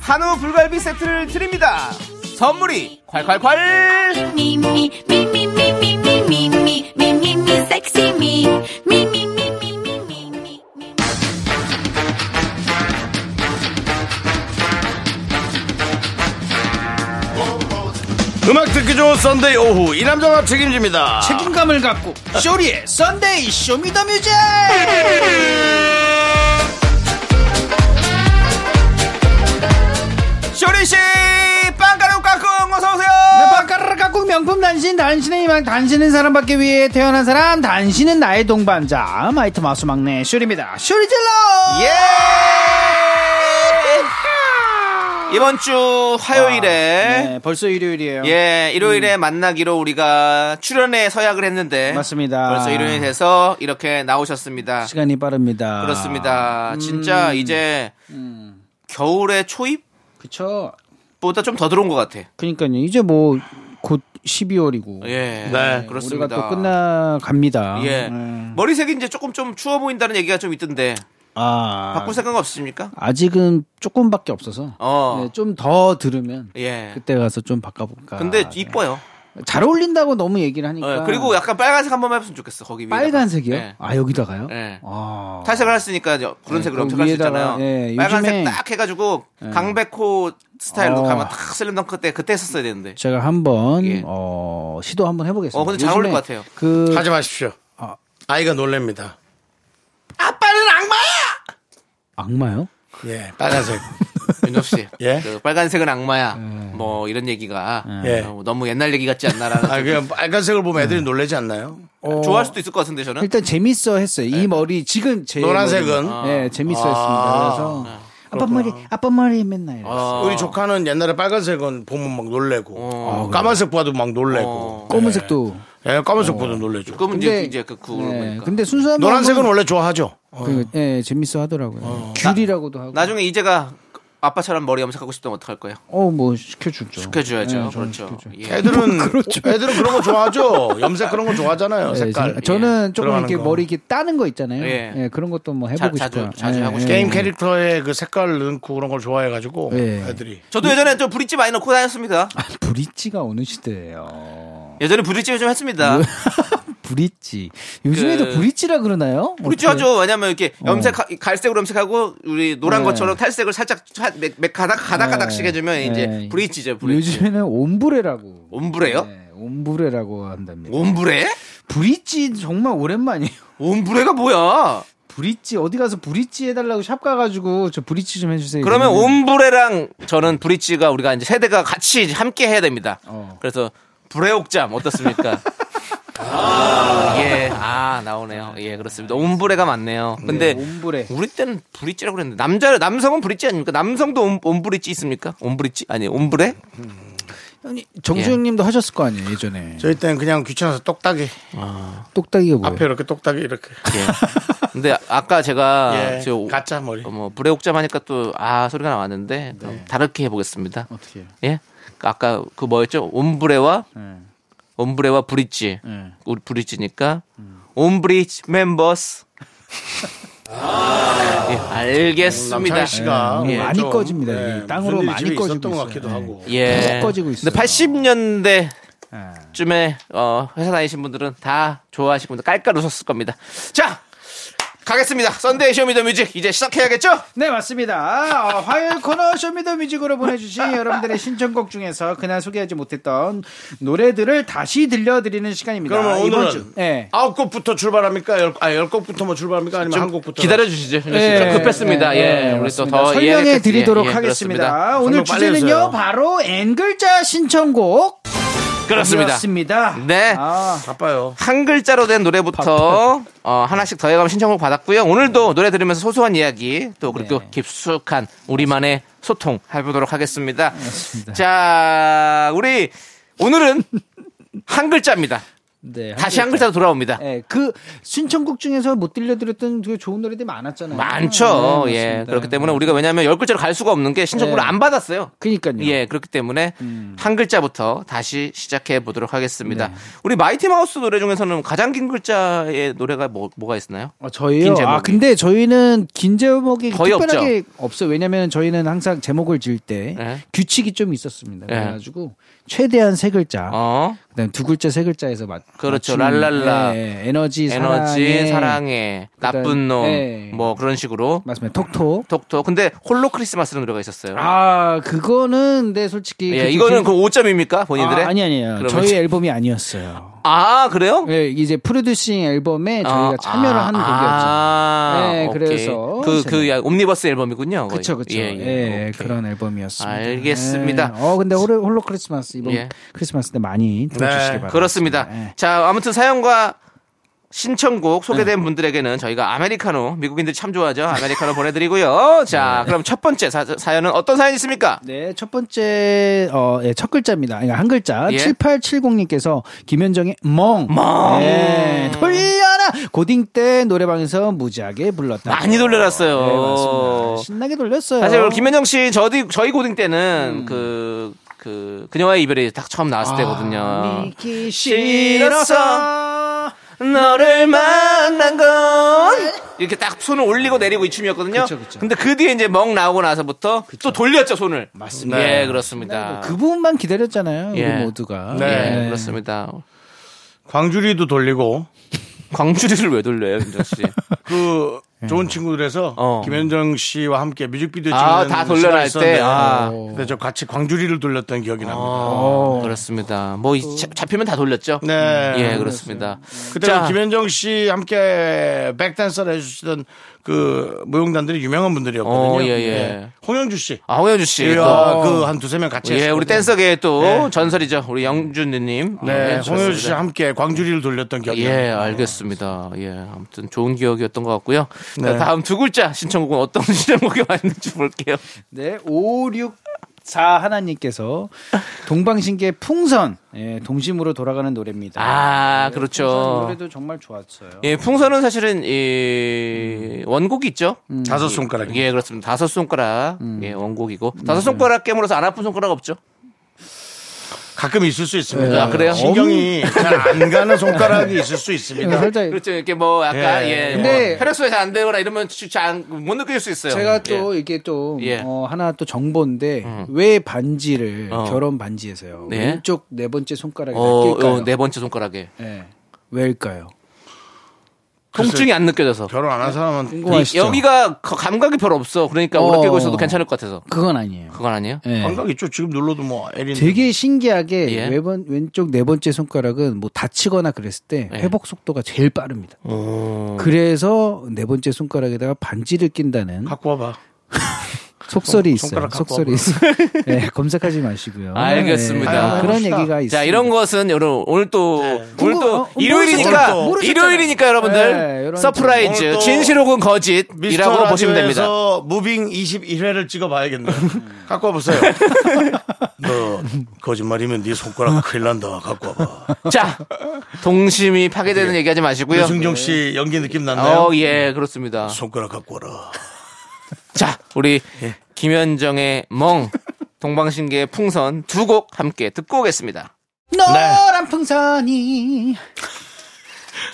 S2: 한우 불갈비 세트를 드립니다. 선물이 콸콸콸!
S3: me, me, me, me, me, me, me, me, me, me, me, me, sexy me, me, me, me, me, me, me, me, me.
S1: 음악 듣기 좋은 썬데이 오후 이남정합 책임집니다
S4: 책임감을 갖고 쇼리의 썬데이 쇼미더뮤직
S2: 쇼리씨! 빵가루 깎꿍 어서오세요!
S4: 바카라 갖고 명품 단신 단신의 희망 단신은 사람밖에 위해 태어난 사람 단신은 나의 동반자 마이트 마우스 막내 쇼리입니다 쇼리질러
S2: 예! 이번 주 화요일에
S4: 네, 벌써 일요일이에요
S2: 예, 일요일에 만나기로 우리가 출연에 서약을 했는데
S4: 맞습니다.
S2: 벌써 일요일이 돼서 이렇게 나오셨습니다.
S4: 시간이 아. 음. 빠릅니다
S2: 그렇습니다. 진짜 이제
S4: 음.
S2: 겨울의 초입보다
S4: 그쵸
S2: 좀 더 들어온 것 같아.
S4: 그니까요 이제 뭐 곧 12월이고
S2: 예,
S1: 네.
S2: 그렇습니다.
S4: 우리가 또 끝나갑니다
S2: 예,
S4: 네.
S2: 머리색이 이제 조금 좀 추워 보인다는 얘기가 좀 있던데
S4: 아
S2: 바꿀 생각 없으십니까?
S4: 아직은 조금밖에 없어서 네,
S2: 어.
S4: 좀 더 들으면
S2: 예.
S4: 그때 가서 좀 바꿔볼까.
S2: 근데
S4: 네.
S2: 이뻐요.
S4: 잘 어울린다고 너무 얘기를
S2: 예,
S4: 하니까.
S2: 그리고 약간 빨간색 한 번만 해봤으면 좋겠어. 거기 위에.
S4: 빨간색이요?
S2: 예.
S4: 아 여기다가요?
S2: 예.
S4: 아.
S2: 탈색을 했으니까 이제
S4: 예,
S2: 그런 색으로
S4: 그럼
S2: 엄청 할수
S4: 위에다가,
S2: 있잖아요.
S4: 예,
S2: 빨간색
S4: 요즘에- 예.
S2: 딱 해가지고 강백호 스타일로
S4: 어.
S2: 가면 탁 슬램덩크 때 그때 했었어야 되는데.
S4: 제가 한번
S2: 예.
S4: 어, 시도 한번 해보겠습니다.
S2: 어, 근데 잘 어울릴
S4: 요즘에
S2: 것 같아요.
S4: 그
S1: 하지 마십시오
S4: 아.
S1: 아이가 놀랍니다
S2: 아빠는 악마야.
S4: 악마요?
S1: 예 빨간색
S2: 윤정 씨,
S1: 예?
S2: 그 빨간색은 악마야.
S4: 예.
S2: 뭐 이런 얘기가
S1: 예.
S2: 어, 너무 옛날 얘기 같지 않나라는.
S1: 아 그냥 빨간색을 보면 애들이 놀라지 않나요?
S4: 어,
S2: 좋아할 수도 있을 것 같은데 저는.
S4: 일단 재밌어 했어요. 이
S2: 예.
S4: 머리 지금 제
S1: 노란색은?
S4: 머리는- 예 재밌어
S2: 아.
S4: 했습니다. 그래서 아빠 머리 아빠 머리 맨날 이랬어요.
S2: 어,
S1: 우리 조카는 옛날에 빨간색은 보면 막 놀래고
S2: 어.
S1: 어, 까만색 봐도 막 놀래고
S2: 어.
S4: 검은색도.
S1: 예, 까만색
S4: 어.
S1: 봐도 놀래죠
S2: 그러면
S4: 근데
S2: 이제 이제 그 그걸로
S4: 예,
S2: 보니까.
S4: 근데 순수한
S1: 노란색은
S4: 마음은
S1: 원래 좋아하죠
S4: 그, 예 재밌어 하더라고요. 귤이라고도 하고.
S2: 나중에 이제가 아빠처럼 머리 염색하고 싶다면 어떡할 거예요?
S4: 어뭐 시켜주죠.
S2: 시켜줘야죠.
S4: 예, 저는
S2: 그렇죠.
S4: 시켜줘요.
S2: 예.
S1: 애들은
S4: 뭐 그렇죠.
S1: 애들은 그런 거 좋아하죠 염색 그런 거 좋아하잖아요
S4: 예,
S1: 색깔
S4: 저- 저는 조금
S1: 들어가는
S4: 이렇게
S1: 거.
S4: 머리 이렇게 따는 거 있잖아요. 예.
S2: 예.
S4: 그런 것도 뭐
S2: 자-
S4: 해보고
S2: 자주-
S4: 싶어요.
S2: 자주
S4: 예,
S2: 하고
S4: 예.
S2: 싶어요.
S1: 게임 캐릭터에 그 색깔 넣고 그런 걸 좋아해가지고
S4: 예.
S1: 애들이
S2: 저도 예전에 좀 브릿지 많이 넣고 다녔습니다.
S4: 아, 브릿지가 어느 시대예요?
S2: 예전에 브릿지 좀
S4: 뭐?
S2: 했습니다.
S4: 브릿지. 요즘에도
S2: 그-
S4: 브릿지라 그러나요?
S2: 브릿지
S4: 어떻게-
S2: 하죠. 왜냐면 이렇게 염색 갈색으로 염색하고 우리 노란
S4: 네.
S2: 것처럼 탈색을 살짝 차- 맥- 맥 가닥 가닥 가닥씩 해주면
S4: 네.
S2: 이제 브릿지죠. 브릿지.
S4: 요즘에는 옴브레라고.
S2: 옴브레요?
S4: 네, 옴브레라고 한답니다.
S2: 옴브레?
S4: 브릿지 정말 오랜만이에요.
S2: 옴브레가 뭐야?
S4: 브릿지 어디 가서 브릿지 해달라고 샵 가가지고 저 브릿지 좀 해주세요.
S2: 그러면
S4: 이러면
S2: 옴브레랑 저는 브릿지가 우리가 이제 세대가 같이 이제 함께 해야 됩니다.
S4: 어.
S2: 그래서 브레옥잠 어떻습니까? 아, 예, 아 나오네요. 예, 그렇습니다. 옴브레가 맞네요. 근데
S4: 옴브레.
S2: 우리 때는 브릿지라고 그랬는데 남자 남성은 브릿지 아닙니까? 남성도 옴, 옴브릿지 있습니까? 옴브릿지 아니 옴브레?
S4: 아니,
S2: 예.
S4: 정수영님도 하셨을 거 아니에요 예전에.
S1: 저희 때는 그냥 귀찮아서
S4: 네.
S1: 똑딱이
S4: 똑딱이가 뭐예요?
S1: 앞에 이렇게 똑딱이 이렇게
S2: 예. 근데 아까 제가
S1: 예,
S2: 저 오-
S1: 가짜 머리
S2: 어, 뭐 브레옥잠 하니까 또 아 소리가 나왔는데 그럼 다르게 해보겠습니다.
S4: 네. 어떻게? 해요?
S2: 예? 아까 그 뭐였죠? 옴브레와
S4: 네.
S2: 옴브레와 브릿지.
S4: 네. 음.
S2: 우리 브릿지니까 옴브릿지 멤버스. 예, 알겠습니다.
S1: 남창희 씨가
S4: 예,
S1: 오늘
S4: 많이
S1: 좀,
S4: 꺼집니다,
S1: 예,
S4: 이게. 땅으로
S1: 무슨 일이
S4: 많이
S1: 집에
S4: 꺼지고
S1: 있었던 것
S4: 있어요.
S1: 같기도
S4: 예.
S1: 하고
S2: 예.
S4: 계속 꺼지고 있어요.
S2: 근데 80년대
S4: 예.
S2: 쯤에 어, 회사 다니신 분들은 다 좋아하시고 깔깔 웃었을 겁니다. 자, 가겠습니다. 썬데이 쇼미더뮤직 이제 시작해야겠죠?
S4: 네 맞습니다. 어, 화요일 코너 쇼미더뮤직으로 보내주신 여러분들의 신청곡 중에서 그날 소개하지 못했던 노래들을 다시 들려드리는 시간입니다.
S1: 그러면
S4: 이번
S1: 오늘은
S4: 주, 예.
S1: 아홉 곡부터 출발합니까? 열, 아, 열 곡부터 뭐 출발합니까? 아니면 한 곡부터?
S2: 기다려 주시죠.
S4: 예,
S2: 아, 급했습니다.
S4: 예,
S2: 예,
S4: 예,
S2: 우리
S4: 맞습니다.
S2: 또더 예,
S4: 설명해 드리도록 하겠습니다. 오늘
S1: 설명 빨리
S4: 주제는요
S1: 해주세요.
S4: 바로 N 글자 신청곡
S2: 그렇습니다.
S4: 그렇습니다.
S2: 네.
S4: 아,
S1: 바빠요.
S2: 한 글자로 된 노래부터 어, 하나씩 더해가면 신청을 받았고요. 오늘도 노래 들으면서 소소한 이야기 또 그리고
S4: 네.
S2: 깊숙한 우리만의 소통 해보도록
S4: 네,
S2: 하겠습니다. 자, 우리 오늘은 한 글자입니다.
S4: 네,
S2: 다시 한 글자로 돌아옵니다.
S4: 예, 그 신청곡 중에서 못 들려드렸던 그 좋은 노래들이 많았잖아요.
S2: 많죠.
S4: 네,
S2: 예.
S4: 맞습니다.
S2: 그렇기 때문에 우리가 왜냐하면 열 글자로 갈 수가 없는 게 신청곡을
S4: 네.
S2: 안 받았어요.
S4: 그니까요. 음.
S2: 예, 그렇기 때문에 한 글자부터 다시 시작해 보도록
S4: 네.
S2: 하겠습니다. 우리 마이티 마우스 노래 중에서는 가장 긴 글자의 노래가 뭐, 뭐가 있었나요?
S4: 아, 저희요.
S2: 긴 제목이.
S4: 아, 근데 저희는 긴 제목이
S2: 거의
S4: 특별하게 없어. 요 왜냐면 저희는 항상 제목을 지을 때
S2: 예.
S4: 규칙이 좀 있었습니다.
S2: 예.
S4: 그래가지고 최대한 세 글자,
S2: 어,
S4: 그다음 두 글자 세 글자에서 맞.
S2: 그렇죠.
S4: 맞추는,
S2: 랄랄라.
S4: 예, 예. 에너지,
S2: 에너지,
S4: 사랑해.
S2: 사랑해, 나쁜
S4: 그다음-
S2: 놈,
S4: 예.
S2: 뭐 그런 식으로
S4: 맞습니다. 톡톡.
S2: 톡톡. 근데 홀로 크리스마스라는 노래가 있었어요.
S4: 아, 그거는 근데 솔직히
S2: 예,
S4: 그-
S2: 이거는 그
S4: 그-
S2: 5점입니까 본인들의?
S4: 아, 아니 아니에요.
S2: 그러면
S4: 저희
S2: 이제-
S4: 앨범이 아니었어요.
S2: 아 그래요?
S4: 예, 이제 프로듀싱 앨범에 저희가
S2: 아,
S4: 참여를
S2: 아,
S4: 한
S2: 아,
S4: 곡이었죠. 네,
S2: 오케이.
S4: 그래서
S2: 그,
S4: 제가-
S2: 그, 야, 옴니버스 앨범이군요. 거의.
S4: 그쵸 그쵸. 예,
S2: 오케이.
S4: 그런 앨범이었습니다.
S2: 알겠습니다.
S4: 예. 어 근데 홀로, 홀로 크리스마스 이번
S2: 예.
S4: 크리스마스 때 많이 들어주시기 바랍니다.
S2: 그렇습니다.
S4: 예.
S2: 자, 아무튼 사연과 신청곡
S4: 네.
S2: 소개된 분들에게는 저희가 아메리카노 미국인들이 참 좋아하죠. 아메리카노 보내드리고요. 자, 그럼 첫 번째 사, 연은 어떤 사연이 있습니까?
S4: 네, 첫 번째, 어, 예, 첫 글자입니다. 그러니까 한 글자.
S2: 예.
S4: 7870님께서 김현정의 멍.
S2: 멍.
S4: 예, 돌려라! 고딩 때 노래방에서 무지하게 불렀다.
S2: 많이 돌려놨어요.
S4: 네, 맞습니다. 신나게 돌렸어요. 음.
S2: 사실 우리 김현정 씨 저희 저희 고딩 때는 그. 그 그녀와의 이별이 딱 처음
S4: 아,
S2: 나왔을 때거든요.
S4: 믿기
S2: 싫어서 너를 만난 건 이렇게 딱 손을 올리고 내리고 이 춤이었거든요.
S4: 네. 그쵸, 그쵸.
S2: 근데 그 뒤에 이제 멍 나오고 나서부터 또 돌렸죠 손을.
S1: 맞습니다.
S2: 예, 그렇습니다.
S4: 그 부분만 기다렸잖아요.
S2: 예.
S4: 우리 모두가.
S1: 네.
S2: 예, 그렇습니다.
S1: 광주리도 돌리고
S2: 광주리를 왜 돌려요, 김정 씨?
S1: 그 좋은 친구들에서
S2: 어.
S1: 김현정 씨와 함께 뮤직비디오 찍는
S2: 아, 다 돌려라
S1: 시간이
S2: 할 때.
S1: 있었는데
S2: 아,
S1: 근데 저 같이 광주리를 돌렸던 기억이 납니다.
S2: 어, 그렇습니다. 뭐 이- 잡- 잡히면 다 돌렸죠.
S1: 네.
S2: 예, 그렇습니다.
S1: 그때
S2: 자.
S1: 그 김현정 씨 함께 백댄서를 해주시던 그 무용단들이 유명한 분들이었거든요.
S2: 어, 예, 예.
S1: 홍영주 씨.
S2: 아, 홍현주 씨.
S1: 예,
S2: 또.
S1: 그한 두세 명 같이
S2: 예, 우리
S1: 했었거든요.
S2: 댄서계의 또
S1: 네.
S2: 전설이죠. 우리 영준 누님.
S1: 네,
S2: 예,
S1: 홍효주
S2: 좋습니다.
S1: 씨 함께 광주리를 돌렸던 기억이
S2: 예,
S1: 납니다.
S2: 알겠습니다. 예, 아무튼 좋은 기억이었던 것 같고요. 자,
S1: 네.
S2: 다음 두 글자 신청곡은 어떤 신청곡이 왔는지 볼게요.
S4: 네, 564 하나님께서 동방신기의 풍선, 예, 동심으로 돌아가는 노래입니다.
S2: 아,
S4: 풍선
S2: 그렇죠.
S4: 노래도 정말 좋았어요.
S2: 예, 풍선은 사실은 이 원곡이 있죠.
S1: 다섯 손가락이.
S2: 예, 그렇습니다. 다섯 손가락
S4: 음.
S2: 예, 원곡이고 다섯 손가락 깨물어서 안 아픈 손가락 없죠.
S1: 가끔 있을 수 있습니다.
S2: 아, 그래요?
S1: 신경이 잘 안 가는 손가락이 있을 수
S4: 예,
S1: 있습니다.
S4: 살짝
S2: 그렇죠. 이렇게 뭐 약간
S1: 예,
S2: 예,
S1: 예.
S4: 근데-
S2: 뭐 혈액순환이 잘 안 되거나 이러면 잘 못 느낄 수 있어요.
S4: 제가 또 이게 또
S2: 예. 음.
S4: 어, 하나 또 정보인데 왜 반지를
S2: 어.
S4: 결혼 반지에서요
S2: 네.
S4: 왼쪽 네 번째 손가락에
S2: 어,
S4: 낄까요?
S2: 어, 네 번째 손가락에
S4: 예. 왜일까요?
S2: 통증이 안 느껴져서
S1: 결혼 안 한 사람은
S4: 궁금하시죠?
S2: 그, 여기가 거- 감각이 별로 없어. 그러니까 오래
S4: 어.
S2: 끼고 있어도 괜찮을 것 같아서.
S4: 그건 아니에요.
S2: 그건 아니에요?
S4: 예.
S1: 감각 있죠. 지금 눌러도 뭐 애린.
S4: 되게 신기하게
S2: 예.
S4: 왼, 왼쪽 네 번째 손가락은 뭐 다치거나 그랬을 때
S2: 예.
S4: 회복 속도가 제일 빠릅니다.
S1: 어.
S4: 그래서 네 번째 손가락에다가 반지를 낀다는
S1: 갖고 와봐.
S4: 속설이
S1: 손-
S4: 있어요.
S1: 손가락 갖고
S4: 속설이 있어요. 예, 검색하지 마시고요.
S2: 알겠습니다.
S4: 예,
S1: 아,
S4: 그런
S1: 멋있다.
S4: 얘기가 있어요.
S2: 자, 이런 것은 여러분 오늘 또
S1: 네.
S2: 오늘
S4: 궁금-
S2: 또
S4: 어,
S2: 일요일이니까
S1: 모르셨-
S4: 모르셨잖아요.
S2: 일요일이니까
S4: 네,
S2: 여러분들
S4: 이런-
S2: 서프라이즈
S1: 오늘 또
S2: 진실 혹은
S1: 미스터
S2: 거짓이라고 보시면 됩니다.
S1: 라디오에서 무빙 21회를 찍어봐야겠네요. 갖고 와보세요. 너 거짓말이면 네 손가락 큰일 난다. 갖고 와봐.
S2: 자, 동심이 파괴되는
S4: 예.
S2: 얘기하지 마시고요.
S1: 유승종 씨 연기 느낌 났나요?
S2: 네.
S1: 네.
S2: 어, 예, 그렇습니다.
S1: 손가락 갖고 와라.
S2: 자, 우리 김현정의 멍, 동방신기의 풍선 두 곡 함께 듣고 오겠습니다.
S1: 네.
S4: 노란 풍선이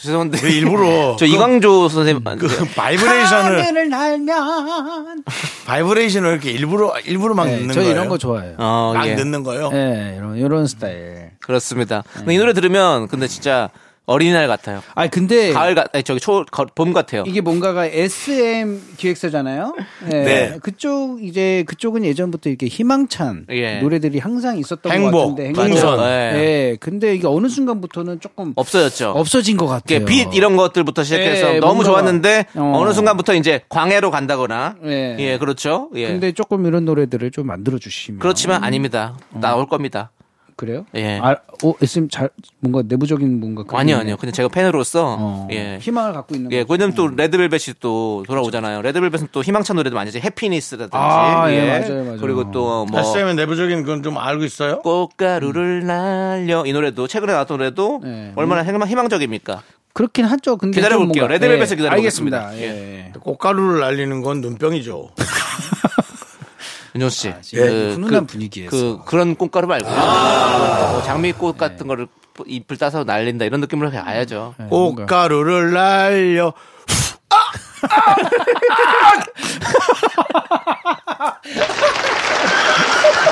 S2: 죄송한데
S1: 왜 일부러
S2: 저
S1: 그-
S2: 이광조 선생님 네.
S1: 그 바이브레이션을
S4: 하늘을 날면
S1: 바이브레이션을 이렇게 일부러 일부러만
S4: 네,
S1: 넣는
S4: 저
S1: 아, 거예요.
S4: 이런 거 좋아해요.
S2: 어,
S1: 막
S2: 예.
S1: 넣는 거요.
S4: 예, 이런 이런 스타일.
S2: 그렇습니다. 근데 이 노래 들으면 근데 진짜 어린이날 같아요.
S4: 아 근데
S2: 가을 같, 아니, 저기 초, 거- 봄 같아요.
S4: 이게 뭔가가 SM 기획사잖아요. 예,
S1: 네.
S4: 그쪽 이제 그쪽은 예전부터 이렇게 희망찬
S2: 예.
S4: 노래들이 항상 있었던 것
S1: 행복,
S4: 같은데
S1: 풍선.
S4: 예.
S2: 예.
S4: 근데 이게 어느 순간부터는 조금
S2: 없어졌죠.
S4: 없어진 것
S2: 이게
S4: 같아요.
S2: 빛 이런 것들부터 시작해서
S4: 예,
S2: 너무
S4: 뭔가-
S2: 좋았는데
S4: 어.
S2: 어. 느 순간부터 이제 광해로 간다거나
S4: 예.
S2: 예, 그렇죠. 예.
S4: 근데 조금 이런 노래들을 좀 만들어 주시면
S2: 그렇지만 아닙니다. 나올 겁니다.
S4: 그래요?
S2: 예.
S4: 아, 어, SM 잘 뭔가 내부적인 뭔가 그런-
S2: 아니요, 아니요. 그냥 제가 팬으로서
S4: 어,
S2: 예.
S4: 희망을 갖고 있는.
S2: 예,
S4: 거죠.
S2: 왜냐면 또 레드벨벳이 또 돌아오잖아요. 레드벨벳은 또 희망찬 노래도 많이 하죠. 해피니스라든지.
S4: 그렇죠. 아, 예, 맞아요, 맞아요.
S2: 그리고 또 뭐.
S1: 햇쌤의 내부적인 건 좀 알고 있어요?
S2: 꽃가루를 날려 이 노래도 최근에 나왔던 노래도
S4: 음. 네.
S2: 얼마나 희망- 희망적입니다.
S4: 그렇긴 하죠. 근데
S2: 기다려볼게요.
S4: 좀 뭔가-
S2: 레드벨벳을
S4: 예,
S2: 기다려보겠습니다.
S4: 알겠습니다. 예.
S1: 꽃가루를 날리는 건 눈병이죠.
S2: 네, 윤정수 씨.
S4: 진짜 훈훈한 분위기에서.
S2: 아,
S4: 아.
S2: 그, 그런 꽃가루 말고. 뭐 장미꽃
S4: 네.
S2: 같은 거를 잎을 따서 날린다 이런 느낌으로 가야죠.
S1: 꽃가루를 날려.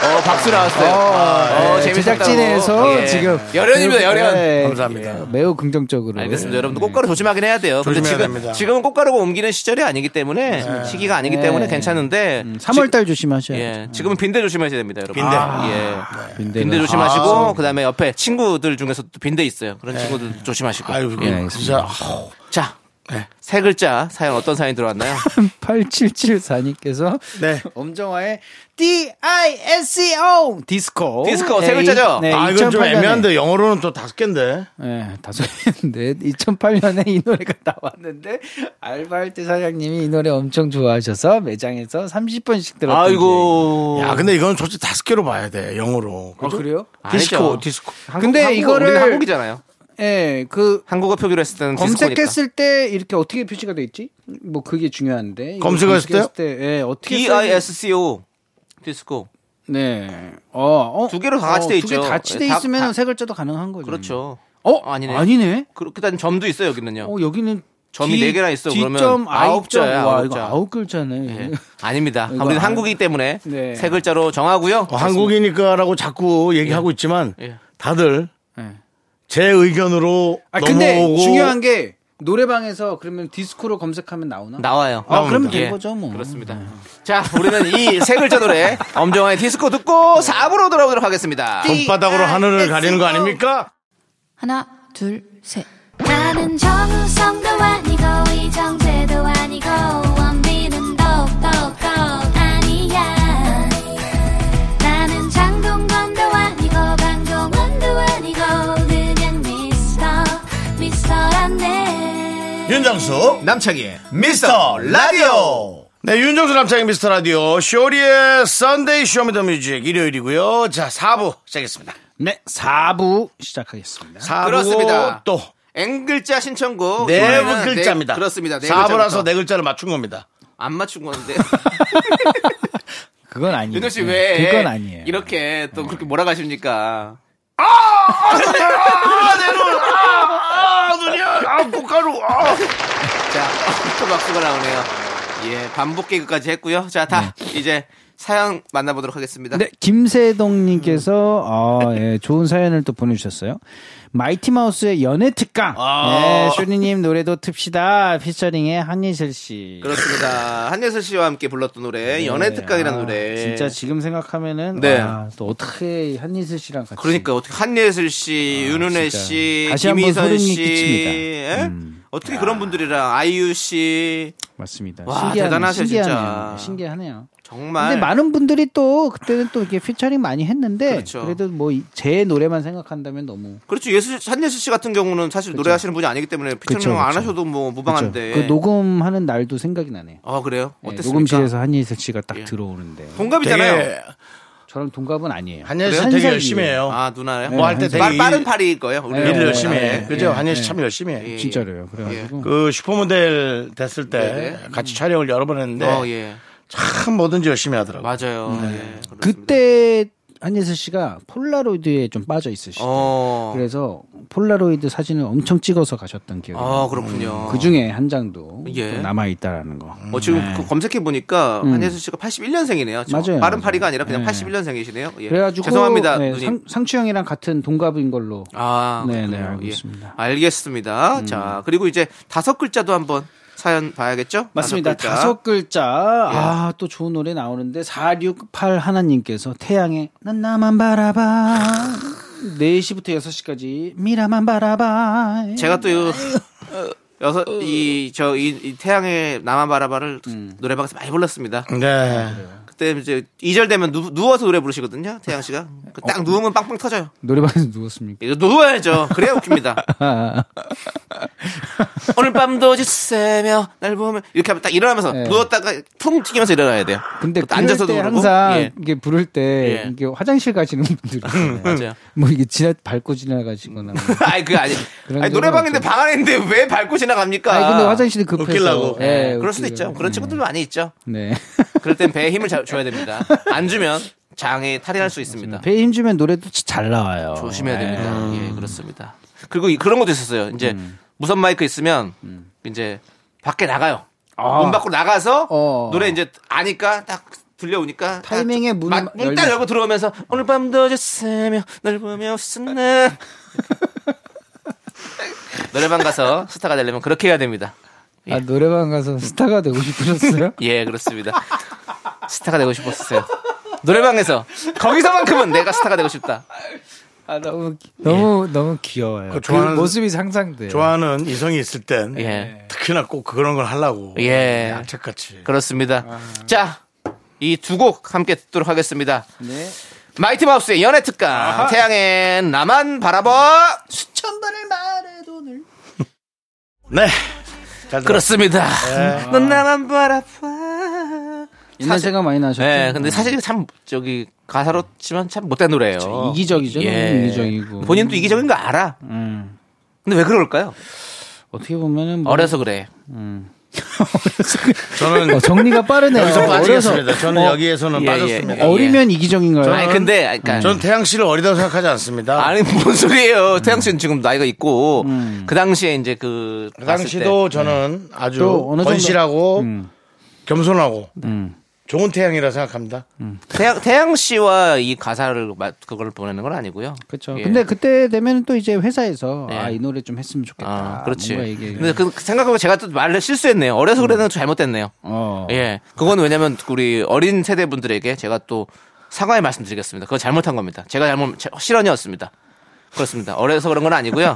S2: 어, 박수 나왔어요. 어,
S4: 예,
S2: 재밌었다고.
S4: 제작진에서
S2: 예.
S4: 지금
S2: 열연입니다, 열연.
S4: 예,
S1: 감사합니다.
S4: 예, 매우 긍정적으로.
S2: 알겠습니다. 여러분들 꽃가루 조심하긴 해야 돼요. 근데
S1: 조심해야
S2: 지금
S1: 됩니다.
S2: 지금은 꽃가루가 옮기는 시절이 아니기 때문에 음, 시기가 아니기 때문에
S4: 예.
S2: 괜찮은데
S4: 3월달
S2: 지,
S4: 조심하셔야 돼요.
S2: 예. 지금은 빈대 조심하셔야 됩니다, 여러분.
S1: 빈대.
S2: 예.
S4: 빈대는-
S2: 빈대
S4: 아,
S2: 조심하시고 그다음에 옆에 친구들 중에서 또 빈대 있어요. 그런 친구들 조심하시고.
S1: 아유,
S2: 예.
S1: 그 진짜. 아우,
S2: 자. 세 글자 사연 어떤 사연이 들어왔나요?
S4: 8774님께서
S1: 네.
S4: 엄정화의 D-I-S-C-O E 디스코
S2: 디스코, 세 글자죠?
S4: 네,
S1: 아, 이건 좀
S4: 2008년에.
S1: 애매한데 영어로는 또 다섯 개인데.
S4: 네, 다섯 개인데 2008년에 이 노래가 나왔는데 알바할 때 사장님이 이 노래 엄청 좋아하셔서 매장에서 30번씩 들었던
S2: 아이고.
S1: 야, 근데 이건 솔직히 다섯 개로 봐야 돼. 영어로.
S4: 기억이. 아, 그래요?
S1: 디스코,
S2: 아니죠. 어,
S1: 디스코.
S4: 근데 이거를-
S2: 우리는 한국이잖아요.
S4: 예, 그
S2: 한국어 표기로 했을 때는 음, 디스코니까.
S4: 검색했을 때 이렇게 어떻게 표시가 돼 있지? 뭐 그게 중요한데 이거
S1: 검색했을 때요?
S4: 때, 예, 어떻게
S2: D
S4: 써야
S2: I
S4: 돼?
S2: S C O 디스코.
S4: 네. 어, 어.
S2: 두 개로 다 같이 돼 있죠.
S4: 두개 같이 돼
S2: 다-
S4: 있으면
S2: 다-
S4: 세 글자도 가능한 거죠.
S2: 그렇죠.
S4: 어,
S2: 아니네.
S4: 아니네. 아니네.
S2: 그렇게단 점도 있어요 여기는요.
S4: 어, 여기는
S2: 점이 네 개나 있어. 그러면
S4: D점,
S2: 아홉
S4: I점.
S2: 자야,
S4: 와,
S2: 아홉
S4: 이거
S2: 자.
S4: 아홉 글자네.
S2: 예. 아닙니다.
S4: 이거
S2: 우리는
S4: 아-
S2: 한국이기 때문에
S4: 네.
S2: 세 글자로 정하고요.
S1: 어, 한국이니까라고 자꾸 얘기하고 있지만
S2: 예.
S1: 다들
S4: 예.
S1: 제 의견으로
S4: 아, 근데
S1: 넘어오고
S4: 중요한 게 노래방에서 그러면 디스코로 검색하면 나오나?
S2: 나와요.
S4: 아, 그럼
S1: 나옵니다.
S4: 된
S2: 예.
S4: 거죠, 뭐.
S2: 그렇습니다. 자, 우리는 이 세 글자 노래 엄정화의 디스코 듣고 4부로 돌아오도록 하겠습니다.
S1: 손바닥으로
S2: 아,
S1: 하늘을 가리는 거 아닙니까?
S5: 하나, 둘, 셋.
S3: 나는 정우성도 아니고 이정재도 아니고 원빈은 더욱더 아니야 나는 장동건도 아니고 방종원도 아니고 그냥 미스터 미스터란데
S1: 윤정수 남창희 미스터 라디오 네 윤정수 남창희 미스터 라디오 쇼리의 썬데이 쇼미더뮤직 일요일이고요 자 4부 시작했습니다
S4: 네, 4부 시작하겠습니다.
S1: 4부
S2: 그렇습니다.
S1: 또
S2: N글자 신청곡.
S1: 네
S2: 이번에는 네
S1: 글자입니다
S2: 그렇습니다. 네
S1: 4부라서
S2: 글자부터.
S1: 네 글자를 맞춘 겁니다
S2: 안 맞춘 건데.
S4: 그건 아니에요.
S2: 윤호 씨 왜?
S4: 네, 그건 아니에요. 네.
S2: 이렇게 또 그렇게 뭐라 가십니까?
S1: 아 눈이야 아 꽃가루 아.
S2: 자, 또 박수가 나오네요. 예, 반복 개그까지 했고요. 자, 다 이제 사연 만나보도록 하겠습니다.
S4: 네, 김세동님께서 아, 예, 좋은 사연을 또 보내주셨어요. 마이티마우스의 연애 특강.
S1: 아.
S4: 예, 쇼리님 노래도 틉시다. 피처링의 한예슬 씨.
S2: 그렇습니다. 한예슬 씨와 함께 불렀던 노래, 연애 특강이라는 노래.
S4: 네, 아, 진짜 지금 생각하면은
S2: 네.
S4: 아, 또 어떻게 한예슬 씨랑 같이.
S2: 그러니까 어떻게 한예슬 씨, 윤은혜
S4: 아, 진짜.
S2: 씨,
S4: 다시 한번
S2: 김희선
S4: 소름이
S2: 씨,
S4: 끼칩니다. 음.
S2: 예? 어떻게 그런 분들이랑 아이유 씨
S4: 맞습니다.
S2: 와,
S4: 신기하네요.
S2: 대단하세요, 진짜. 아, 예.
S4: 신기하네요. 신기하네요. 근데
S2: 정말
S4: 많은 분들이 또 그때는 또 이렇게 피처링 많이 했는데
S2: 그렇죠.
S4: 그래도 뭐 제 노래만 생각한다면 너무
S2: 그렇죠. 예술 한예슬 씨 같은 경우는 사실 노래하시는 분이 아니기 때문에 피처링
S4: 그렇죠. 그쵸,
S2: 안
S4: 그렇죠, 그쵸.
S2: 하셔도 뭐 무방한데.
S4: 그 녹음하는 날도 생각이 나네요.
S2: 아 그래요?
S4: 예,
S2: 어땠습니까?
S4: 녹음실에서 한예슬 씨가 딱
S2: 예.
S4: 들어오는데
S2: 동갑이잖아요.
S1: 되게
S4: 저랑 동갑은 아니에요.
S1: 한예슬 씨
S4: 한
S1: 되게
S4: 살이에요.
S1: 열심히 해요
S2: 아 네. 누나요?
S4: 네,
S1: 뭐할때 되게
S2: 빠-
S1: 일-
S2: 빠른 팔이일 거예요. 우리
S4: 예,
S1: 일을
S4: 예,
S1: 열심히 해
S4: 예,
S1: 그죠
S4: 예,
S1: 한예슬
S2: 네.
S4: 예.
S1: 참 열심히 해
S4: 진짜로요. 그래가지고
S2: 예,
S1: 그 슈퍼모델 됐을 때
S2: 네네.
S1: 같이 촬영을 여러 번 했는데
S4: 네.
S2: 어 예.
S1: 참 뭐든지 열심히 하더라고요
S2: 맞아요. 예, 그렇습니다.
S4: 그때 한예슬 씨가 폴라로이드에 좀 빠져 있으시죠.
S2: 어.
S4: 그래서 폴라로이드 사진을 엄청 찍어서 가셨던 기억이
S2: 아 그렇군요.
S4: 그 중에 한 장도
S2: 예.
S4: 남아 있다라는 거.
S2: 어, 지금 그 검색해 보니까 한예슬 씨가 81년생이네요.
S4: 음.
S2: 빠른
S4: 맞아요, 맞아요.
S2: 파리가 아니라 그냥
S4: 네.
S2: 81년생이시네요. 예.
S4: 그래가지고
S2: 죄송합니다,
S4: 네,
S2: 누님.
S4: 상, 상추 형이랑 같은 동갑인 걸로.
S2: 아,
S4: 네,
S2: 그렇군요.
S4: 네, 알고
S2: 예.
S4: 있습니다. 음.
S2: 알겠습니다. 자, 그리고 이제 다섯 글자도 한번 사연 봐야겠죠?
S4: 맞습니다.
S2: 글자. 예.
S4: 다섯 글자. 아, 또 좋은 노래 나오는데 468 하나님께서 태양에 난 나만 바라봐. 4시부터 6시까지 미라만 바라봐.
S2: 제가 또 이-
S4: 음.
S2: 여섯
S4: 음.
S2: 이 저 이 태양의 나만 바라바를 노래방에서 많이 불렀습니다.
S1: 네.
S2: 그때 그때 이제 2절 되면 누, 누워서 노래 부르시거든요. 태양 씨가. 그딱
S4: 어.
S2: 누우면 빵빵 터져요.
S4: 노래방에서 누웠습니까?
S2: 이제 누워야죠. 그래야 웃깁니다.
S4: 아,
S2: 오늘 밤도 지새며 날 보면 이렇게 하면 딱 일어나면서
S4: 예.
S2: 누웠다가 퉁 튀기면서 일어나야 돼요.
S4: 근데
S2: 그것도
S4: 그럴 때
S2: 그러고.
S4: 항상
S2: 예.
S4: 이게 부를 때
S2: 예. 음.
S4: 이게 화장실 가시는 분들이 있잖아요.
S2: 맞아요.
S4: 뭐 이게 지나 밟고 지나가시거나. 뭐.
S2: 아니 그 아니.
S4: 그런
S2: 아니
S4: 경우는
S2: 노래방인데
S4: 없죠.
S2: 방 안인데 왜 밟고 지나갑니까? 네,
S4: 아니 근데 화장실이 급해서.
S1: 웃기려고.
S4: 예,
S2: 그럴 수도 있죠. 그렇죠.
S4: 웃기려고.
S2: 그런 친구들 도 많이 있죠.
S4: 네.
S2: 그럴 땐 배에 힘을 자- 줘야 됩니다. 안 주면 장애 탈의할 수 있습니다.
S4: 배에 힘주면 노래도 잘 나와요.
S2: 조심해야 됩니다. 예, 그렇습니다. 음. 그리고 이- 그런 것도 있었어요. 이제 무선 마이크 있으면 이제 밖에 나가요. 문 밖으로 나가서
S4: 어.
S2: 노래 이제 아니까 딱 들려오니까 딱
S4: 타이밍에
S2: 좀
S4: 문을
S2: 마-
S4: 막
S2: 문딱
S4: 열면-
S2: 열고 들어오면서 오늘 밤도 졌으며 널 보며 웃었네 노래방 가서 스타가 되려면 그렇게 해야 됩니다.
S4: 아, 노래방 가서 스타가 되고 싶으셨어요?
S2: 예, 그렇습니다. 스타가 되고 싶었어요. 노래방에서 거기서만큼은 내가 스타가 되고 싶다.
S4: 아, 너무 귀- 너무 너무 귀여워요. 그
S1: 좋아하는-
S4: 모습이 상상돼요.
S1: 좋아하는 이성이 있을 땐
S2: 예.
S1: 특히나 꼭 그런 걸 하려고
S2: 예.
S1: 약책같이
S2: 그렇습니다.
S4: 아.
S2: 자, 이 두 곡 함께 듣도록 하겠습니다.
S4: 네.
S2: 마이티 마우스의 연애 특강, 태양의 나만 바라봐.
S1: 네. 잘 들었습니다.
S2: 그렇습니다. 넌 나만 바라봐.
S4: 옛날 네. 생각 많이 나셨죠?
S2: 네, 근데 사실 참 저기 가사로지만 참 못된 노래예요. 예.
S4: 이기적이죠. 너무 이기적이고.
S2: 본인도 이기적인 거 알아.
S4: 음.
S2: 근데 왜 그럴까요?
S4: 어떻게 보면은 뭐-
S2: 어려서 그래.
S1: 저는
S4: 어, 정리가 빠르네요.
S1: 여기서
S4: 어려서
S1: 빠지겠습니다. 저는 여기에서는
S2: 예,
S1: 빠졌습니다.
S2: 예.
S4: 어리면 이기적인가요?
S2: 아니 근데
S4: 음.
S2: 그러니까
S1: 전 태양 씨를 어리다고 생각하지 않습니다.
S2: 아니 뭔 소리예요? 태양 씨는 지금 나이가 있고
S4: 음.
S2: 그 당시에 이제 그
S1: 그 당시도 저는 아주
S4: 또 어느 정도-
S1: 건실하고 겸손하고
S4: 음.
S1: 좋은 태양이라 생각합니다.
S2: 태양, 태양 씨와 이 가사를 마- 그걸 보내는 건 아니고요.
S4: 그렇죠.
S2: 예.
S4: 근데 그때 되면 또 이제 회사에서
S2: 예.
S4: 아 이 노래 좀 했으면 좋겠다.
S2: 아, 그렇지.
S4: 뭔가 이게
S2: 근데 그, 그 생각하고 제가 또 말을 실수했네요. 어려서 그래는 잘못됐네요.
S4: 어.
S2: 예. 그건 왜냐면 우리 어린 세대 분들에게 제가 또 사과의 말씀드리겠습니다. 그거 잘못한 겁니다. 제가 잘못 제- 실언이었습니다. 그렇습니다. 어려서 그런 건 아니고요.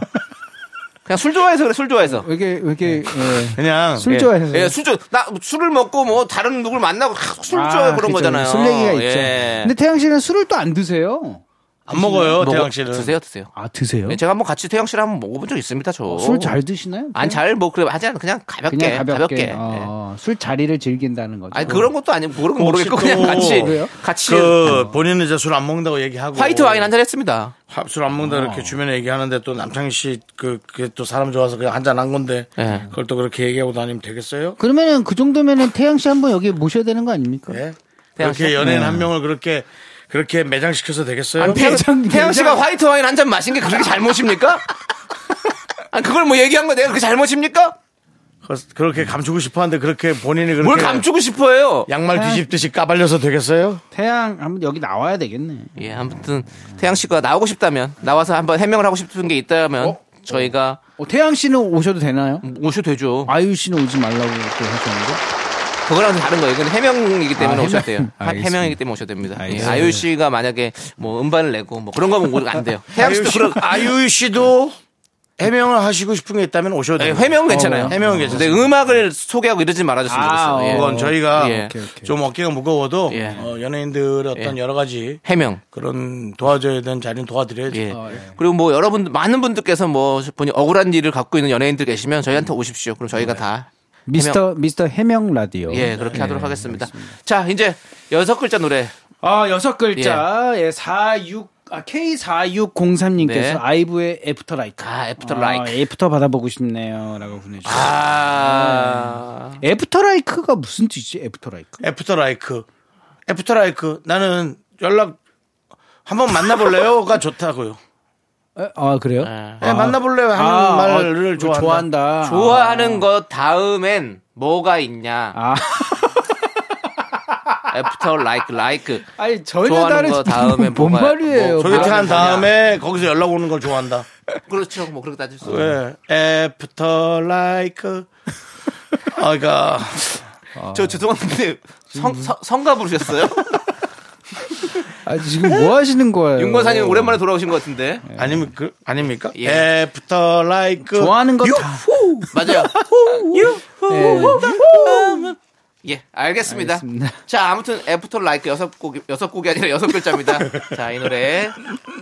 S2: 그냥 술 좋아해서 그래. 술 좋아해서.
S4: 왜 이렇게 왜 이렇게 예.
S1: 그냥
S4: 술 좋아해서
S2: 예, 술 좋아. 나 술을 먹고 뭐 다른 누굴 만나고 술
S4: 네. 아,
S2: 좋아해 그런
S4: 그죠.
S2: 거잖아요.
S4: 술 얘기가 있죠.
S2: 예.
S4: 근데 태양 씨는 술을 또 안 드세요?
S1: 안 먹어요,
S2: 먹어-
S1: 태양 씨는.
S2: 드세요, 드세요. 예,
S4: 아 드세요?
S2: 제가 한번 같이 태양 씨랑 한번 먹어본 적 있습니다. 저.
S4: 술 잘 드시나요?
S2: 안 잘 뭐 그래 하지 않아 그냥 가볍게
S4: 그냥 가볍게,
S2: 예.
S4: 어, 술 자리를 즐긴다는 거죠.
S2: 아니 그런 것도 아니고 모르,
S1: 혹시
S2: 모르겠고
S1: 또
S2: 그냥 같이
S4: 그래요? 뭐
S2: 같이 음.
S1: 그 본인은 이제 술 안 먹는다고 얘기하고
S2: 화이트 와인 한 어. 잔 했습니다.
S1: 술 안 먹는다 이렇게 주변에 얘기하는데 또 남창희 씨그 그게 또 사람 좋아서 그냥 한잔 한 건데
S2: 예.
S1: 그걸 또 그렇게 얘기하고 다니면 되겠어요?
S4: 그러면은 그 정도면은 태양 씨 한번 여기 모셔야 되는 거 아닙니까?
S2: 네,
S1: 예.
S2: 태양 씨?
S1: 그렇게 연예인 한 명을 그렇게 그렇게 매장시켜서 되겠어요?
S2: 태양,
S4: 매장-
S2: 태양 씨가 화이트 와인 한 잔 마신 게 그렇게 잘못입니까? 아 그걸 뭐 얘기한 거 내가 그게 잘못입니까?
S1: 그- 그렇게 감추고 싶어 하는데 그렇게 본인이 그렇게
S2: 뭘 감추고 네. 싶어요?
S1: 양말 뒤집듯이 까발려서 되겠어요?
S4: 태양 한번 여기 나와야 되겠네.
S2: 예, 아무튼 태양 씨가 나오고 싶다면 나와서 한번 해명을 하고 싶은 게 있다면 저희가
S4: 어, 태양 씨는 오셔도 되나요?
S2: 오셔도 되죠.
S4: 아유 씨는 오지 말라고 또 하셨는데.
S2: 그거랑 다른 거예요. 이건 해명이기 때문에
S4: 아,
S2: 오셔도
S4: 해명.
S2: 돼요. 하-
S4: 알겠습니다.
S2: 해명이기 때문에 오셔도 됩니다. 예,
S4: 알겠습니다.
S2: 아유 씨가 만약에 뭐 음반을 내고 뭐 그런 거면 오안 돼요. 태양 씨도 그런
S1: 아유 씨도 해명을 하시고 싶은 게 있다면 오셔도
S2: 예,
S1: 돼요.
S2: 해명은 괜찮아요.
S1: 해명은
S2: 근데
S1: 괜찮아요.
S2: 음악을 소개하고 이러지 말아줬으면
S4: 아,
S2: 좋겠어요. 예.
S1: 그건 저희가
S2: 예.
S4: 오케이, 오케이.
S1: 좀 어깨가 무거워도
S2: 예.
S1: 어, 연예인들의 어떤 여러 가지
S2: 해명.
S1: 그런 도와줘야 되는 자리는 도와드려야죠.
S2: 예. 그리고 뭐 여러분 많은 분들께서 뭐 본인 억울한 일을 갖고 있는 연예인들 계시면 저희한테 오십시오. 그럼 저희가 다
S4: 미스터 미스터 해명 라디오.
S2: 예, 그렇게 하도록 하겠습니다. 자, 이제 여섯 글자 노래.
S4: 아 여섯 글자 예, 46 아, K4603님께서
S2: 네.
S4: 아이브의 애프터 라이크.
S2: 아, 애프터 라이크.
S4: 애프터 받아보고 싶네요. 라고 보내주셨어요.
S2: 아.
S4: 애프터 라이크가 무슨 뜻이지? 애프터 라이크?
S1: 애프터 라이크. 애프터 라이크. 나는 연락 한번 만나볼래요가 좋다고요.
S4: 에, 아, 그래요?
S1: 예, 만나볼래요 하는
S2: 음,
S1: 말을
S4: 아,
S1: 좋아한다.
S4: 좋아한다.
S2: 좋아하는 것 다음엔 뭐가 있냐?
S4: 아.
S2: 애프터 라이크 라이크.
S4: 아니 전혀
S2: 좋아하는
S4: 다른
S2: 거 다음에
S4: 뭔
S2: 뭐가-
S4: 말이에요?
S2: 뭐
S1: 소개팅 한
S2: 뭐라는 거냐.
S1: 다음에 거기서 연락 오는 걸 좋아한다.
S2: 그렇죠. 뭐 그렇게 따질 수. 있어요.
S1: 왜? 애프터 라이크. 아, 그니까.
S2: 아. 저 죄송한데 성, 성 성가 부르셨어요?
S4: 아, 지금 뭐 하시는 거예요?
S2: 윤건사님 오랜만에 네. 돌아오신 것 같은데.
S1: 아니면 그 아닙니까?
S2: 예.
S1: 애프터 라이크
S4: 좋아하는 것 다. 네.
S2: 맞아요.
S4: 예.
S2: 예, 알겠습니다.
S4: 알겠습니다.
S2: 자, 아무튼 애프터 라이크 여섯 곡 여섯 곡이 아니라 여섯 글자입니다. 자, 이 노래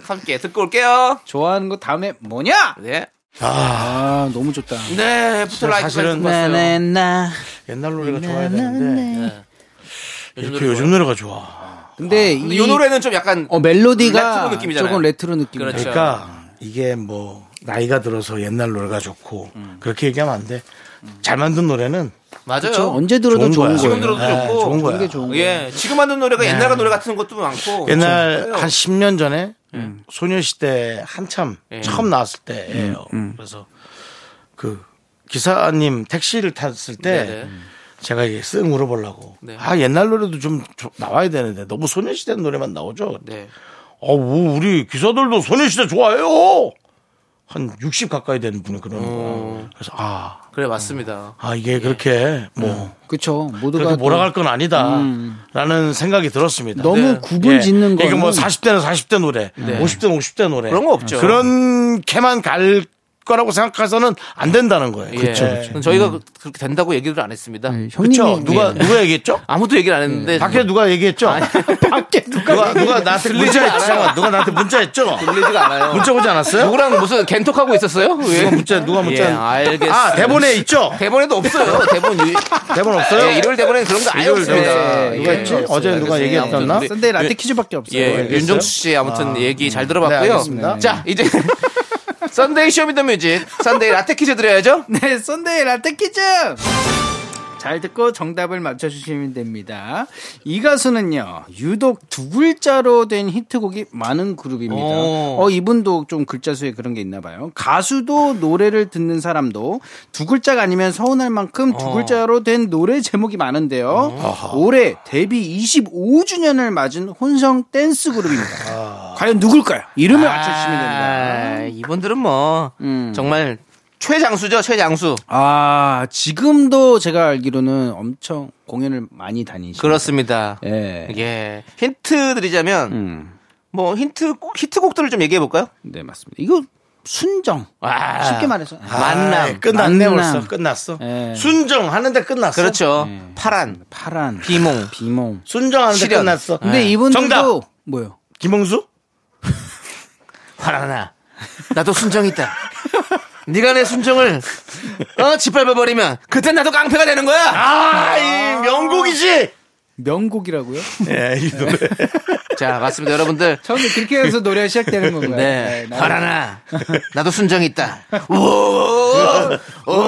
S2: 함께 듣고 올게요.
S4: 좋아하는 거 다음에 뭐냐?
S2: 네,
S4: 아 너무 좋다.
S2: 네, 아, 애프터 라이크
S1: 사실은-
S4: 네,
S2: 요
S4: 나나나.
S1: 옛날 노래가 좋아야 되는데 이렇게 예. 요즘 노래가 좋아.
S4: 근데
S2: 이 노래는 좀 약간
S4: 네. 어 멜로디가
S2: 레트로 느낌이잖아요.
S4: 조금 레트로 느낌.
S2: 그렇죠.
S1: 그러니까 이게 뭐 나이가 들어서 옛날 노래가 좋고 그렇게 얘기하면 안 돼. 잘 만든 노래는
S2: 맞아요.
S4: 그렇죠. 언제 들어도 좋은,
S1: 거야.
S4: 거예요.
S2: 지금 들어도
S1: 네,
S2: 좋고
S1: 좋은 거야. 네.
S4: 좋은 게 좋은 거예요.
S2: 예, 지금 만든 노래가 옛날 노래 같은 것도 많고
S1: 옛날 한 10년 전에 소녀시대 한참
S2: 예.
S1: 처음 나왔을 때예요. 그래서 그 기사님 택시를 탔을 때
S2: 네네.
S1: 제가 이게 쓱 물어보려고
S2: 네.
S1: 아 옛날 노래도 좀 조- 나와야 되는데 너무 소녀시대 노래만 나오죠.
S2: 네.
S1: 어, 뭐 우리 기사들도 소녀시대 좋아해요. 한 60 가까이 되는 분이 그러는 거예요. 그래서 아,
S2: 그래 맞습니다.
S1: 아 이게 그렇게 뭐
S4: 그렇죠. 모두가
S1: 그렇게
S4: 또
S1: 몰아갈 건 아니다라는 생각이 들었습니다.
S4: 너무
S2: 네.
S4: 구분 짓는
S1: 이게
S4: 거는
S1: 뭐 40대는 40대 노래, 50대는 50대 노래.
S2: 그런 거 없죠.
S1: 그렇게만 갈 거라고 생각해서는 안 된다는 거예요.
S2: 예. 저희가
S1: 음.
S2: 그- 그렇게 된다고 얘기를 안 했습니다.
S4: 네,
S1: 그렇죠.
S4: 형님이
S1: 누가 누가 얘기했죠?
S2: 아무도 얘기를 안 했는데
S1: 밖에 누가 얘기했죠? 밖에 누가 누가 나한테 문자했죠? 누가 나한테 문자했죠?
S2: 들리지가 않아요.
S1: 문자 오지 않았어요?
S2: 누구랑 무슨 겐톡하고 있었어요? 왜?
S1: 누가 문자 누가 문자?
S2: 예, 알겠습니다.
S1: 아 대본에 있죠?
S2: 대본에도 없어요. 대본 유...
S1: 대본 없어요?
S2: 예, 일요일 대본에는 그런 거 아예
S1: 일요일
S2: 없습니다.
S4: 네,
S1: 대본. 누가
S2: 예,
S1: 했지?
S2: 없어요.
S1: 어제 누가
S2: 알겠습니다.
S1: 얘기했었나?
S2: 아무튼
S4: 썬데이 네. 라떼 퀴즈밖에 없어요.
S2: 예,
S1: 알겠어요?
S2: 윤종수 씨 아무튼 얘기 잘
S1: 네,
S2: 들어봤고요.
S1: 알겠습니다.
S2: 자, 이제 썬데이 쇼미더뮤직 썬데이 라떼 퀴즈 드려야죠.
S4: 네, 썬데이 라떼 퀴즈! 잘 듣고 정답을 맞춰주시면 됩니다. 이 가수는요, 유독 두 글자로 된 히트곡이 많은 그룹입니다.
S2: 오.
S4: 어, 이분도 좀 글자 수에 그런 게 있나 봐요. 가수도 노래를 듣는 사람도 두 글자가 아니면 서운할 만큼 두 글자로 된 노래 제목이 많은데요. 올해 데뷔 25주년을 맞은 혼성 댄스 그룹입니다. 과연 누굴까요? 이름을 아, 맞춰주시면 됩니다. 음.
S2: 아, 이분들은 뭐 정말 최장수죠, 최장수.
S4: 아, 지금도 제가 알기로는 엄청 공연을 많이 다니시죠.
S2: 그렇습니다.
S4: 예.
S2: 예. 힌트 드리자면
S4: 음.
S2: 뭐 힌트 곡- 히트곡들을 좀 얘기해 볼까요?
S4: 네, 맞습니다. 이거 순정.
S2: 아.
S4: 쉽게 말해서.
S1: 아,
S2: 만남.
S1: 끝났네
S4: 만남.
S1: 벌써 끝났어.
S4: 예.
S1: 순정 하는데 끝났어.
S2: 그렇죠. 파란,
S4: 파란
S2: 비몽. 네.
S4: 비몽.
S1: 순정 하는데
S2: 실현.
S1: 끝났어.
S4: 근데 이분들도
S1: 정답.
S4: 뭐요?
S1: 김홍수?
S2: 파란아. 나도 순정 있다. 네가 내 순정을 어 짓밟아 버리면 그땐 나도 깡패가 되는 거야.
S1: 아, 이 명곡이지.
S4: 명곡이라고요?
S1: 예, 이 노래.
S2: 자, 맞습니다, 여러분들.
S4: 처음에 그렇게 해서 노래가 시작되는 건가요?
S2: 네.
S4: 나-
S2: 파란아. 나도 순정 있다. 오! 오!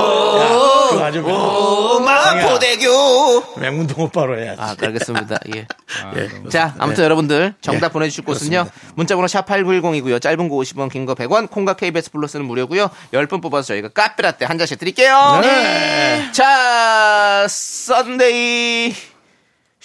S1: 그거 아주
S2: 오!
S4: 음.
S2: 마포대교.
S1: 맹문동 오빠로 해야지.
S2: 아, 알겠습니다. 예.
S1: 예.
S2: 자, 아무튼 여러분들 정답 보내주실 곳은요. 문자번호 샵 8910이고요. 짧은 거 50원, 긴 거 100원, 콩과 KBS 플러스는 무료고요. 10분 뽑아서 저희가 카페라떼 한 잔씩 드릴게요.
S1: 네.
S2: 자, 썬데이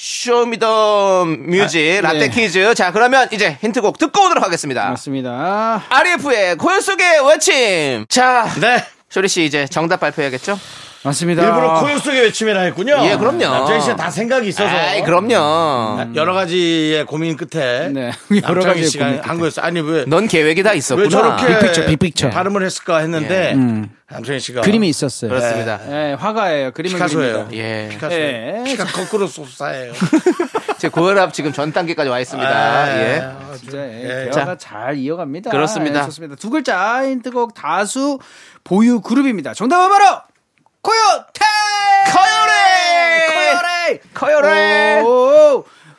S2: 쇼미더 뮤직
S4: 아,
S2: 라떼
S4: 네.
S2: 퀴즈. 자, 그러면 이제 힌트곡 듣고 오도록 하겠습니다.
S4: 맞습니다.
S2: RF의 고요 속의 외침. 자,
S1: 네.
S2: 쇼리 씨 이제 정답 발표해야겠죠?
S4: 맞습니다.
S1: 일부러 코요 속에 외침이라 했군요.
S2: 예, 그럼요.
S1: 남자 씨는 다 생각이 있어서. 네. 음.
S2: 아이, 그럼요.
S1: 여러 가지의 고민 끝에
S4: 네.
S1: 여러
S4: 여러 가지의
S1: 가지
S4: 고민
S1: 시간
S4: 끝에.
S1: 한 거였어. 아니 왜?
S2: 넌 계획이 다 있었구나.
S1: 왜 저렇게
S4: 빅픽처, 빅픽처.
S1: 발음을 했을까 했는데 남정희 씨가
S4: 그림이 있었어요.
S2: 그렇습니다.
S4: 예, 화가예요. 그림을
S1: 피카소예요.
S4: 그립니다.
S2: 예.
S1: 피카소.
S4: 예.
S1: 피카 거꾸로 쏟사예요.
S2: 제 고혈압 지금 전 단계까지 와 있습니다.
S1: 아,
S2: 예.
S4: 진짜 예,
S1: 예.
S4: 대화가 잘 이어갑니다.
S2: 그렇습니다.
S4: 예, 좋습니다. 두 글자 힌트곡 다수 보유 그룹입니다. 정답은 바로 코요테
S2: 코요레!
S4: 코요레 코요레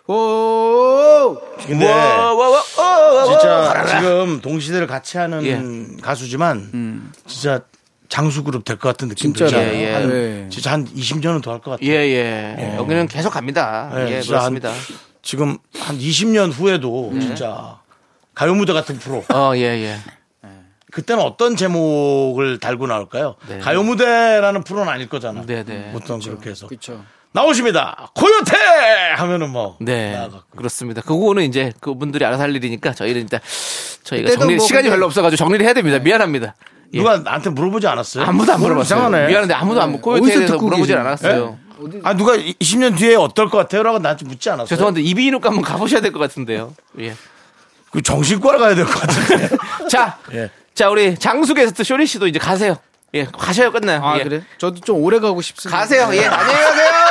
S4: 오오
S1: 근데
S2: 어,
S1: 진짜 지금 동시대를 같이 하는
S2: 예. 음.
S1: 가수지만 진짜 장수 그룹 될 것 같은 느낌 들잖아요.
S4: 진짜로.
S2: 예, 예.
S1: 한,
S4: 예.
S1: 진짜 한 20년은 더 할 것 같아요.
S2: 예, 예. 여기는 계속 갑니다. 예,
S1: 진짜 한-
S2: 그렇습니다. 예.
S1: 지금 한 20년 후에도 진짜 가요 무대 같은 프로
S2: 어, 예, 예.
S1: 그때는 어떤 제목을 달고 나올까요? 가요 무대라는 프로는 아닐 거잖아.
S2: 네, 네.
S1: 보통 그렇게 해서
S4: 그렇죠.
S1: 나오십니다. 코요태 하면은 뭐
S2: 네.
S1: 나와갖고.
S2: 그렇습니다. 그거는 이제 그분들이 알아서 할 일이니까 저희는 일단 저희가
S4: 그때도
S2: 정리
S4: 뭐
S2: 시간이
S4: 근데-
S2: 별로 없어 가지고 정리를 해야 됩니다. 미안합니다. 예.
S1: 누가 나한테 물어보지 않았어요?
S2: 아무도 안
S1: 그건
S2: 물어봤어요.
S1: 이상하네.
S2: 미안한데 아무도 안 묻고
S4: 어디서
S2: 대해서
S4: 듣고
S2: 물어보질
S4: 계시는-
S2: 않았어요.
S1: 아 누가 20년 뒤에 어떨 것 같아요라고 나한테 묻지 않았어요?
S2: 죄송한데 이비인후과 한번 가보셔야 될 것 같은데요. 예.
S1: 그 정신과를 가야 될 것 같은데.
S2: 자,
S1: 예.
S2: 자 우리 장수 게스트 쇼리 씨도 이제 가세요. 예, 가셔요 끝나요.
S4: 아
S2: 예.
S4: 그래? 저도 좀 오래 가고 싶습니다. 예. 아,
S2: 가세요. 예, 안녕히 가세요.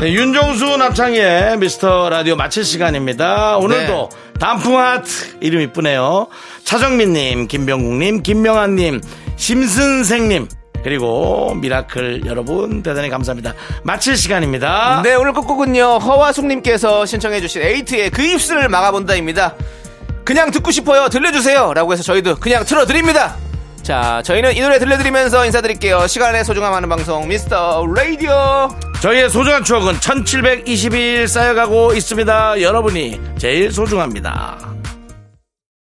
S1: 네, 윤정수 남창희의 미스터 라디오 마칠 시간입니다. 오늘도
S2: 네.
S1: 단풍하트 이름 이쁘네요. 차정민님, 김병국님, 김명환님, 심순생님 그리고 미라클 여러분 대단히 감사합니다. 마칠 시간입니다.
S2: 네, 오늘 끝곡은요. 허화숙님께서 신청해주신 에이트의 그 입술을 막아본다입니다. 그냥 듣고 싶어요. 들려주세요. 라고 해서 저희도 그냥 틀어드립니다. 자, 저희는 이 노래 들려드리면서 인사드릴게요. 시간의 소중함 하는 방송, 미스터 라디오.
S1: 저희의 소중한 추억은 1722일 쌓여가고 있습니다. 여러분이 제일 소중합니다.